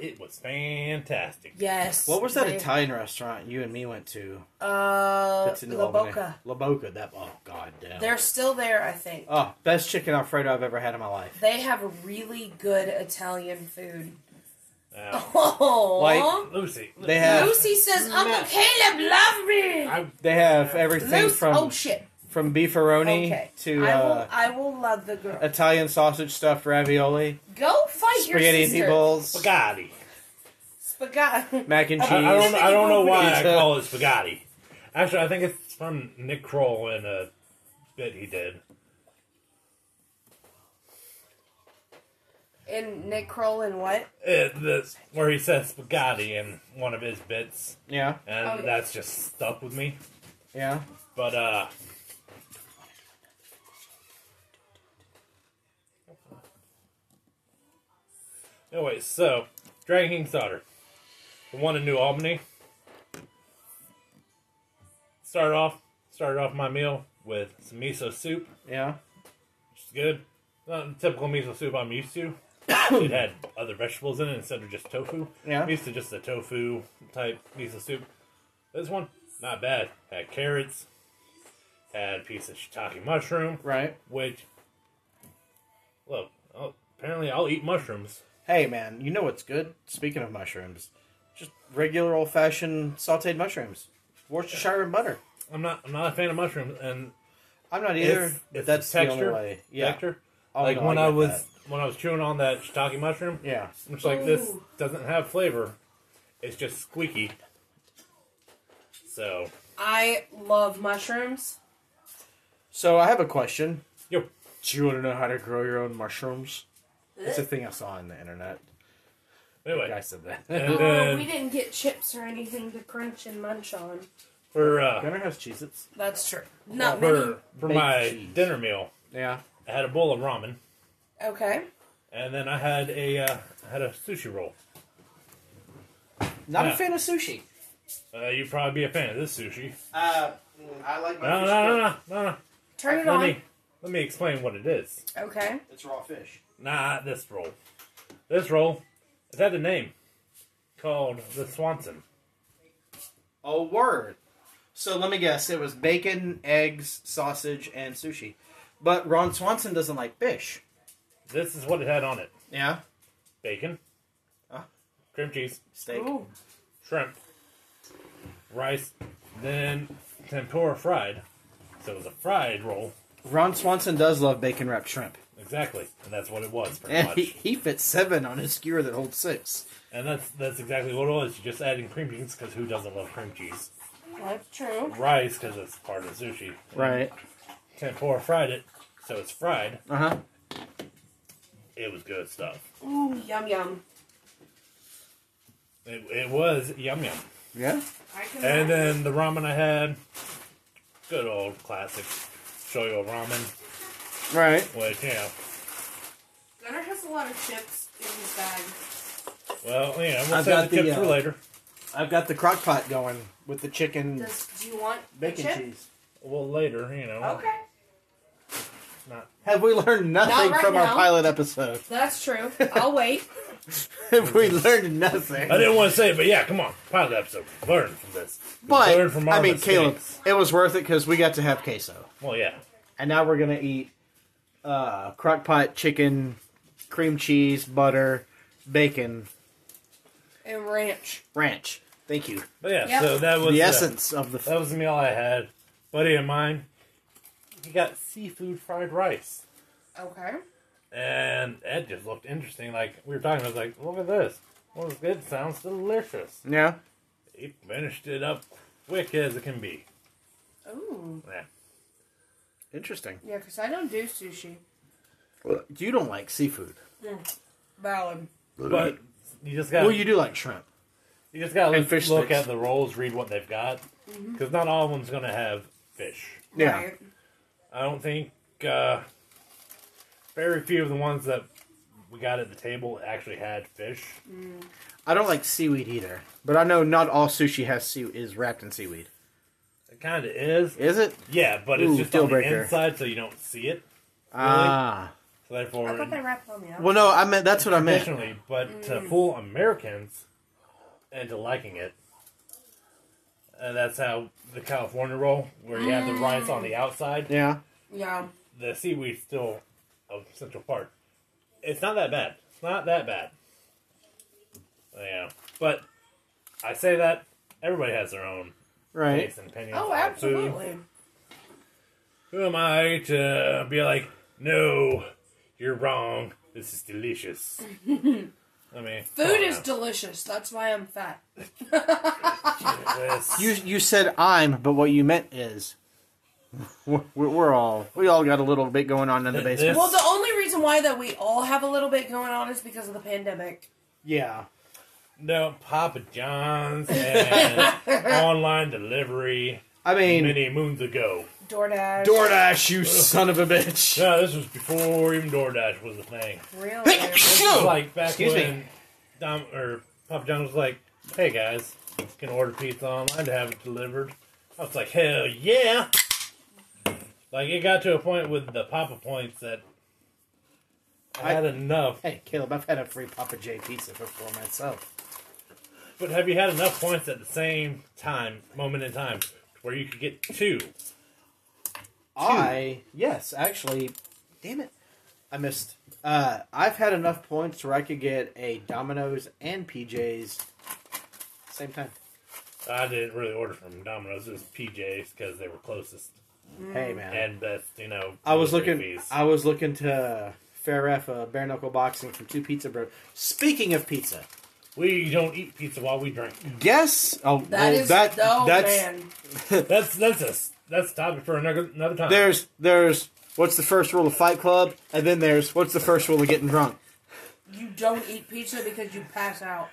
[SPEAKER 3] It was fantastic.
[SPEAKER 4] yes.
[SPEAKER 1] What was that
[SPEAKER 4] They-
[SPEAKER 1] Italian restaurant you and me went to?
[SPEAKER 4] Uh,
[SPEAKER 1] That's in New
[SPEAKER 4] La
[SPEAKER 1] Albany?
[SPEAKER 4] Boca.
[SPEAKER 1] La Boca. That. Oh god damn.
[SPEAKER 4] They're still there, I think.
[SPEAKER 1] Oh, best chicken alfredo I've ever had in my life.
[SPEAKER 4] They have really good Italian food.
[SPEAKER 3] Uh,
[SPEAKER 4] Oh.
[SPEAKER 1] Like-
[SPEAKER 3] Lucy.
[SPEAKER 1] They have.
[SPEAKER 4] Lucy says, Uncle Caleb, love me.
[SPEAKER 3] I,
[SPEAKER 1] They have everything
[SPEAKER 4] Lucy-
[SPEAKER 1] from
[SPEAKER 4] oh shit.
[SPEAKER 1] from beefaroni
[SPEAKER 4] Okay.
[SPEAKER 1] to
[SPEAKER 4] I
[SPEAKER 1] uh,
[SPEAKER 4] will. I will love the girl.
[SPEAKER 1] Italian sausage stuffed ravioli,
[SPEAKER 4] Go fight your
[SPEAKER 1] spaghetti
[SPEAKER 4] sister.
[SPEAKER 1] bowls,
[SPEAKER 3] spaghetti.
[SPEAKER 4] Spaghetti.
[SPEAKER 1] mac and
[SPEAKER 4] I-
[SPEAKER 1] cheese.
[SPEAKER 3] I, I don't, I don't know why I
[SPEAKER 1] Pizza.
[SPEAKER 3] call it spaghetti. Actually, I think it's from Nick Kroll in a bit he did.
[SPEAKER 4] And Nick Kroll and what?
[SPEAKER 3] It, this, where he says spaghetti in one of his bits,
[SPEAKER 1] Yeah,
[SPEAKER 3] and
[SPEAKER 4] Oh, yeah.
[SPEAKER 3] that's just stuck with me.
[SPEAKER 1] yeah.
[SPEAKER 3] But uh, anyway, oh, so Dragon King's daughter, the one in New Albany. Started off, started off my meal with some miso soup,
[SPEAKER 1] Yeah.
[SPEAKER 3] which is good. Not the typical miso soup I'm used to. it had other vegetables in it instead of just tofu.
[SPEAKER 1] Yeah.
[SPEAKER 3] I'm used to just the tofu type miso soup. This one, not bad. Had carrots, had a piece of shiitake mushroom,
[SPEAKER 1] Right.
[SPEAKER 3] which, look, I'll, apparently I'll eat mushrooms.
[SPEAKER 1] Hey man, you know what's good? Speaking of mushrooms, just regular old fashioned sauteed mushrooms, Worcestershire and butter.
[SPEAKER 3] I'm not, I'm not a fan of mushrooms, and
[SPEAKER 1] I'm not either.
[SPEAKER 3] it's,
[SPEAKER 1] but
[SPEAKER 3] it's
[SPEAKER 1] that's
[SPEAKER 3] the texture.
[SPEAKER 1] the only way. Yeah.
[SPEAKER 3] Texture.
[SPEAKER 1] Oh,
[SPEAKER 3] like
[SPEAKER 1] no,
[SPEAKER 3] when I,
[SPEAKER 1] get
[SPEAKER 3] was
[SPEAKER 1] that.
[SPEAKER 3] when I was chewing on that shiitake mushroom,
[SPEAKER 1] Yeah.
[SPEAKER 3] which like this
[SPEAKER 4] Ooh.
[SPEAKER 3] doesn't have flavor. It's just squeaky. So,
[SPEAKER 4] I love mushrooms.
[SPEAKER 1] So I have a question.
[SPEAKER 3] yo,
[SPEAKER 1] Do you want to know how to grow your own mushrooms? It's a thing I saw on the internet.
[SPEAKER 3] anyway,
[SPEAKER 1] I said that.
[SPEAKER 3] and
[SPEAKER 4] Oh, we
[SPEAKER 3] then
[SPEAKER 4] didn't get chips or anything to crunch and munch on.
[SPEAKER 3] for uh,
[SPEAKER 1] Gunner has Cheez-Its.
[SPEAKER 4] That's true. Not many.
[SPEAKER 3] for, for
[SPEAKER 1] Baked
[SPEAKER 3] my
[SPEAKER 1] cheese.
[SPEAKER 3] dinner meal,
[SPEAKER 1] Yeah.
[SPEAKER 3] I had a bowl of ramen,
[SPEAKER 4] Okay.
[SPEAKER 3] and then I had a uh, I had a sushi roll.
[SPEAKER 1] Not
[SPEAKER 3] Yeah.
[SPEAKER 1] a fan of sushi.
[SPEAKER 3] Uh, you'd probably be a fan of this sushi.
[SPEAKER 1] Uh, I like my
[SPEAKER 3] No, no, no, no, no, no.
[SPEAKER 4] Turn it
[SPEAKER 3] Let
[SPEAKER 4] on.
[SPEAKER 3] me let me explain what it is.
[SPEAKER 4] Okay.
[SPEAKER 1] It's raw fish.
[SPEAKER 3] Nah, this roll, this roll, it had a name called the Swanson.
[SPEAKER 1] Oh, word. So let me guess. It was bacon, eggs, sausage, and sushi. But Ron Swanson doesn't like fish.
[SPEAKER 3] This is what it had on it:
[SPEAKER 1] Yeah.
[SPEAKER 3] bacon,
[SPEAKER 1] Huh?
[SPEAKER 3] cream cheese,
[SPEAKER 1] Steak.
[SPEAKER 4] Ooh.
[SPEAKER 3] shrimp, rice, then tempura fried. So it was a fried roll,
[SPEAKER 1] Ron Swanson does love bacon wrapped shrimp.
[SPEAKER 3] exactly, and that's what it was pretty
[SPEAKER 1] And he,
[SPEAKER 3] much.
[SPEAKER 1] he fits seven on his skewer that holds six.
[SPEAKER 3] And that's that's exactly what it was. You're just adding cream cheese because who doesn't love cream cheese?
[SPEAKER 4] That's true.
[SPEAKER 3] Rice because it's part of the sushi.
[SPEAKER 1] Right.
[SPEAKER 3] Tempura fried it, so it's fried.
[SPEAKER 1] Uh huh.
[SPEAKER 3] It was good stuff.
[SPEAKER 4] Ooh, yum yum.
[SPEAKER 3] It, it was yum yum.
[SPEAKER 1] Yeah.
[SPEAKER 4] I can
[SPEAKER 3] And then the ramen I had, good old classic shoyu ramen,
[SPEAKER 1] Right.
[SPEAKER 3] which you know,
[SPEAKER 4] Gunnar has a lot of chips in his bag.
[SPEAKER 3] well, you know, we'll
[SPEAKER 1] I've
[SPEAKER 3] save
[SPEAKER 1] got
[SPEAKER 3] the
[SPEAKER 1] the,
[SPEAKER 3] tips for
[SPEAKER 1] uh,
[SPEAKER 3] later.
[SPEAKER 1] I've got the crock pot going with the chicken
[SPEAKER 4] Does do you want a
[SPEAKER 1] bacon
[SPEAKER 4] chip?
[SPEAKER 1] cheese.
[SPEAKER 3] Well, later, you know,
[SPEAKER 4] Okay.
[SPEAKER 3] not
[SPEAKER 1] Have we learned nothing
[SPEAKER 4] Not right
[SPEAKER 1] from our
[SPEAKER 4] now.
[SPEAKER 1] pilot episode?
[SPEAKER 4] That's true. I'll wait.
[SPEAKER 1] Have we learned nothing?
[SPEAKER 3] I didn't want to say it, but yeah, come on. Pilot episode. Learn from this.
[SPEAKER 1] But
[SPEAKER 3] Learn from our
[SPEAKER 1] I mean,
[SPEAKER 3] mistakes.
[SPEAKER 1] Caleb, it was worth it because we got to have queso,
[SPEAKER 3] Well, yeah.
[SPEAKER 1] and now we're gonna eat uh, crock pot chicken, cream cheese, butter, bacon,
[SPEAKER 4] And ranch.
[SPEAKER 1] ranch. Thank you.
[SPEAKER 3] But yeah,
[SPEAKER 4] Yep.
[SPEAKER 3] so that was
[SPEAKER 1] The
[SPEAKER 3] uh,
[SPEAKER 1] essence of the.
[SPEAKER 3] That was the meal I had. Buddy of mine, he got seafood fried rice.
[SPEAKER 4] Okay.
[SPEAKER 3] And it just looked interesting. Like, we were talking, I was like, look at this. Looks good, sounds delicious.
[SPEAKER 1] yeah.
[SPEAKER 3] He finished it up quick as it can be.
[SPEAKER 4] Ooh.
[SPEAKER 3] Yeah.
[SPEAKER 1] Interesting.
[SPEAKER 4] Yeah, because I don't do sushi.
[SPEAKER 1] You don't like seafood.
[SPEAKER 4] Valid.
[SPEAKER 3] But you just got
[SPEAKER 1] Well, you do like shrimp.
[SPEAKER 3] you just got to
[SPEAKER 1] and
[SPEAKER 3] look,
[SPEAKER 1] fish
[SPEAKER 3] look
[SPEAKER 1] sticks.
[SPEAKER 3] at the rolls, read what they've got, because not all of them's gonna have fish.
[SPEAKER 1] Yeah.
[SPEAKER 4] Right.
[SPEAKER 3] I don't think uh, very few of the ones that we got at the table actually had fish.
[SPEAKER 1] I don't like seaweed either. But I know not all sushi has sea is wrapped in seaweed.
[SPEAKER 3] It kind of is,
[SPEAKER 1] Is it?
[SPEAKER 3] yeah, but it's
[SPEAKER 1] Ooh,
[SPEAKER 3] just
[SPEAKER 1] deal
[SPEAKER 3] on the
[SPEAKER 1] breaker.
[SPEAKER 3] inside, so you don't see it.
[SPEAKER 1] Ah.
[SPEAKER 3] So therefore,
[SPEAKER 4] I thought they Mm. wrapped it on the outside.
[SPEAKER 1] well, no. I meant that's what I meant.
[SPEAKER 3] Additionally, but to fool Americans into liking it, and that's how the California roll, where you have the rice on
[SPEAKER 4] Mm.
[SPEAKER 3] the outside,
[SPEAKER 1] Yeah.
[SPEAKER 4] Yeah.
[SPEAKER 3] the seaweed's still a central part. It's not that bad. It's not that bad. Yeah, but I say that everybody has their own
[SPEAKER 1] Right.
[SPEAKER 3] taste and opinions.
[SPEAKER 4] Oh,
[SPEAKER 3] on food.
[SPEAKER 4] absolutely.
[SPEAKER 3] Who am I to be like, no, you're wrong. This is delicious. I mean, come
[SPEAKER 4] Food
[SPEAKER 3] on
[SPEAKER 4] is
[SPEAKER 3] now.
[SPEAKER 4] delicious. That's why I'm fat.
[SPEAKER 3] This-
[SPEAKER 1] You you said I'm, but what you meant is. We're, we're all we all got a little bit going on in the
[SPEAKER 3] This-
[SPEAKER 1] basement.
[SPEAKER 4] Well, the only reason why that we all have a little bit going on is because of the pandemic.
[SPEAKER 1] Yeah.
[SPEAKER 3] No, Papa John's and online delivery
[SPEAKER 1] I mean,
[SPEAKER 3] many moons ago.
[SPEAKER 4] DoorDash.
[SPEAKER 1] DoorDash, you son of a bitch.
[SPEAKER 3] No, this was before even DoorDash was a thing.
[SPEAKER 4] Really?
[SPEAKER 3] This was like back
[SPEAKER 1] Excuse me.
[SPEAKER 3] when Dom or Papa John was like, "Hey guys, you can order pizza online to have it delivered." I was like, "Hell yeah!" Like it got to a point with the Papa points that I,
[SPEAKER 1] I-
[SPEAKER 3] had enough.
[SPEAKER 1] Hey, Caleb, I've had a free Papa J pizza before myself.
[SPEAKER 3] But have you had enough points at the same time, moment in time, where you could get two?
[SPEAKER 1] I yes, actually, damn it, I missed. Uh, I've had enough points where I could get a Domino's and PJ's same time.
[SPEAKER 3] I didn't really order from Domino's; it was PJ's because they were closest
[SPEAKER 1] Hey man,
[SPEAKER 3] and best. You know,
[SPEAKER 1] I was
[SPEAKER 3] delivery
[SPEAKER 1] looking.
[SPEAKER 3] fees.
[SPEAKER 1] I was looking to Fair F a bare knuckle boxing from two pizza bros. Speaking of pizza,
[SPEAKER 3] we don't eat pizza while we drink.
[SPEAKER 1] guess oh
[SPEAKER 4] That is
[SPEAKER 1] that
[SPEAKER 4] oh
[SPEAKER 1] that's
[SPEAKER 4] man.
[SPEAKER 3] That's that's a that's a topic for another another time.
[SPEAKER 1] there's there's what's the first rule of Fight Club, and then there's what's the first rule of getting drunk.
[SPEAKER 4] You don't eat pizza because you pass out.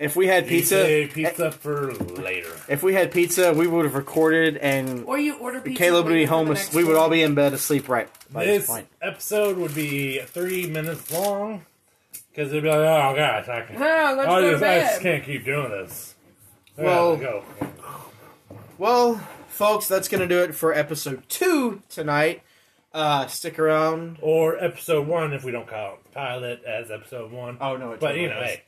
[SPEAKER 1] If we had
[SPEAKER 3] You say
[SPEAKER 1] pizza, eh,
[SPEAKER 3] pizza for later.
[SPEAKER 1] if we had pizza, we would have recorded and
[SPEAKER 4] Or you order pizza.
[SPEAKER 1] Caleb would
[SPEAKER 4] later
[SPEAKER 1] be
[SPEAKER 4] for
[SPEAKER 1] home.
[SPEAKER 4] the
[SPEAKER 1] as-
[SPEAKER 4] next
[SPEAKER 1] We would all
[SPEAKER 4] day.
[SPEAKER 1] be in bed asleep right by this,
[SPEAKER 3] This
[SPEAKER 1] point.
[SPEAKER 3] episode would be three minutes long because it'd be like, oh gosh, I can.
[SPEAKER 4] Yeah, let's
[SPEAKER 3] I,
[SPEAKER 4] go to
[SPEAKER 3] just, I just
[SPEAKER 4] bed.
[SPEAKER 3] can't keep doing this. I
[SPEAKER 1] Well-
[SPEAKER 3] gotta go.
[SPEAKER 1] Well, folks, that's going to do it for episode two tonight. Uh, stick around.
[SPEAKER 3] or episode one if we don't call pile it as episode one.
[SPEAKER 1] Oh, no, it
[SPEAKER 3] but you know,
[SPEAKER 1] totally is.
[SPEAKER 3] hey,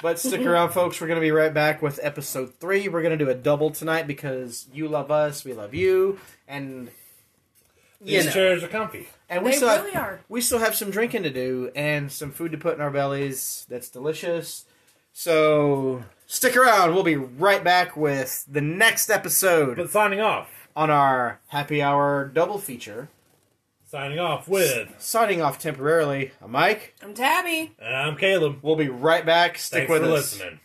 [SPEAKER 1] But stick around, folks. We're going to be right back with episode three. We're going to do a double tonight because you love us, we love you, and you
[SPEAKER 3] these
[SPEAKER 1] know.
[SPEAKER 3] chairs are comfy.
[SPEAKER 1] And we
[SPEAKER 4] They
[SPEAKER 1] still
[SPEAKER 4] really
[SPEAKER 1] have,
[SPEAKER 4] are.
[SPEAKER 1] we still have some drinking to do and some food to put in our bellies that's delicious. So stick around. We'll be right back with the next episode
[SPEAKER 3] But signing off,
[SPEAKER 1] on our happy hour double feature.
[SPEAKER 3] signing off with,
[SPEAKER 1] Signing off temporarily, I'm Mike.
[SPEAKER 4] I'm Tabby.
[SPEAKER 3] and I'm Caleb.
[SPEAKER 1] We'll be right back. Stick
[SPEAKER 3] Thanks
[SPEAKER 1] with
[SPEAKER 3] for
[SPEAKER 1] us.
[SPEAKER 3] listening.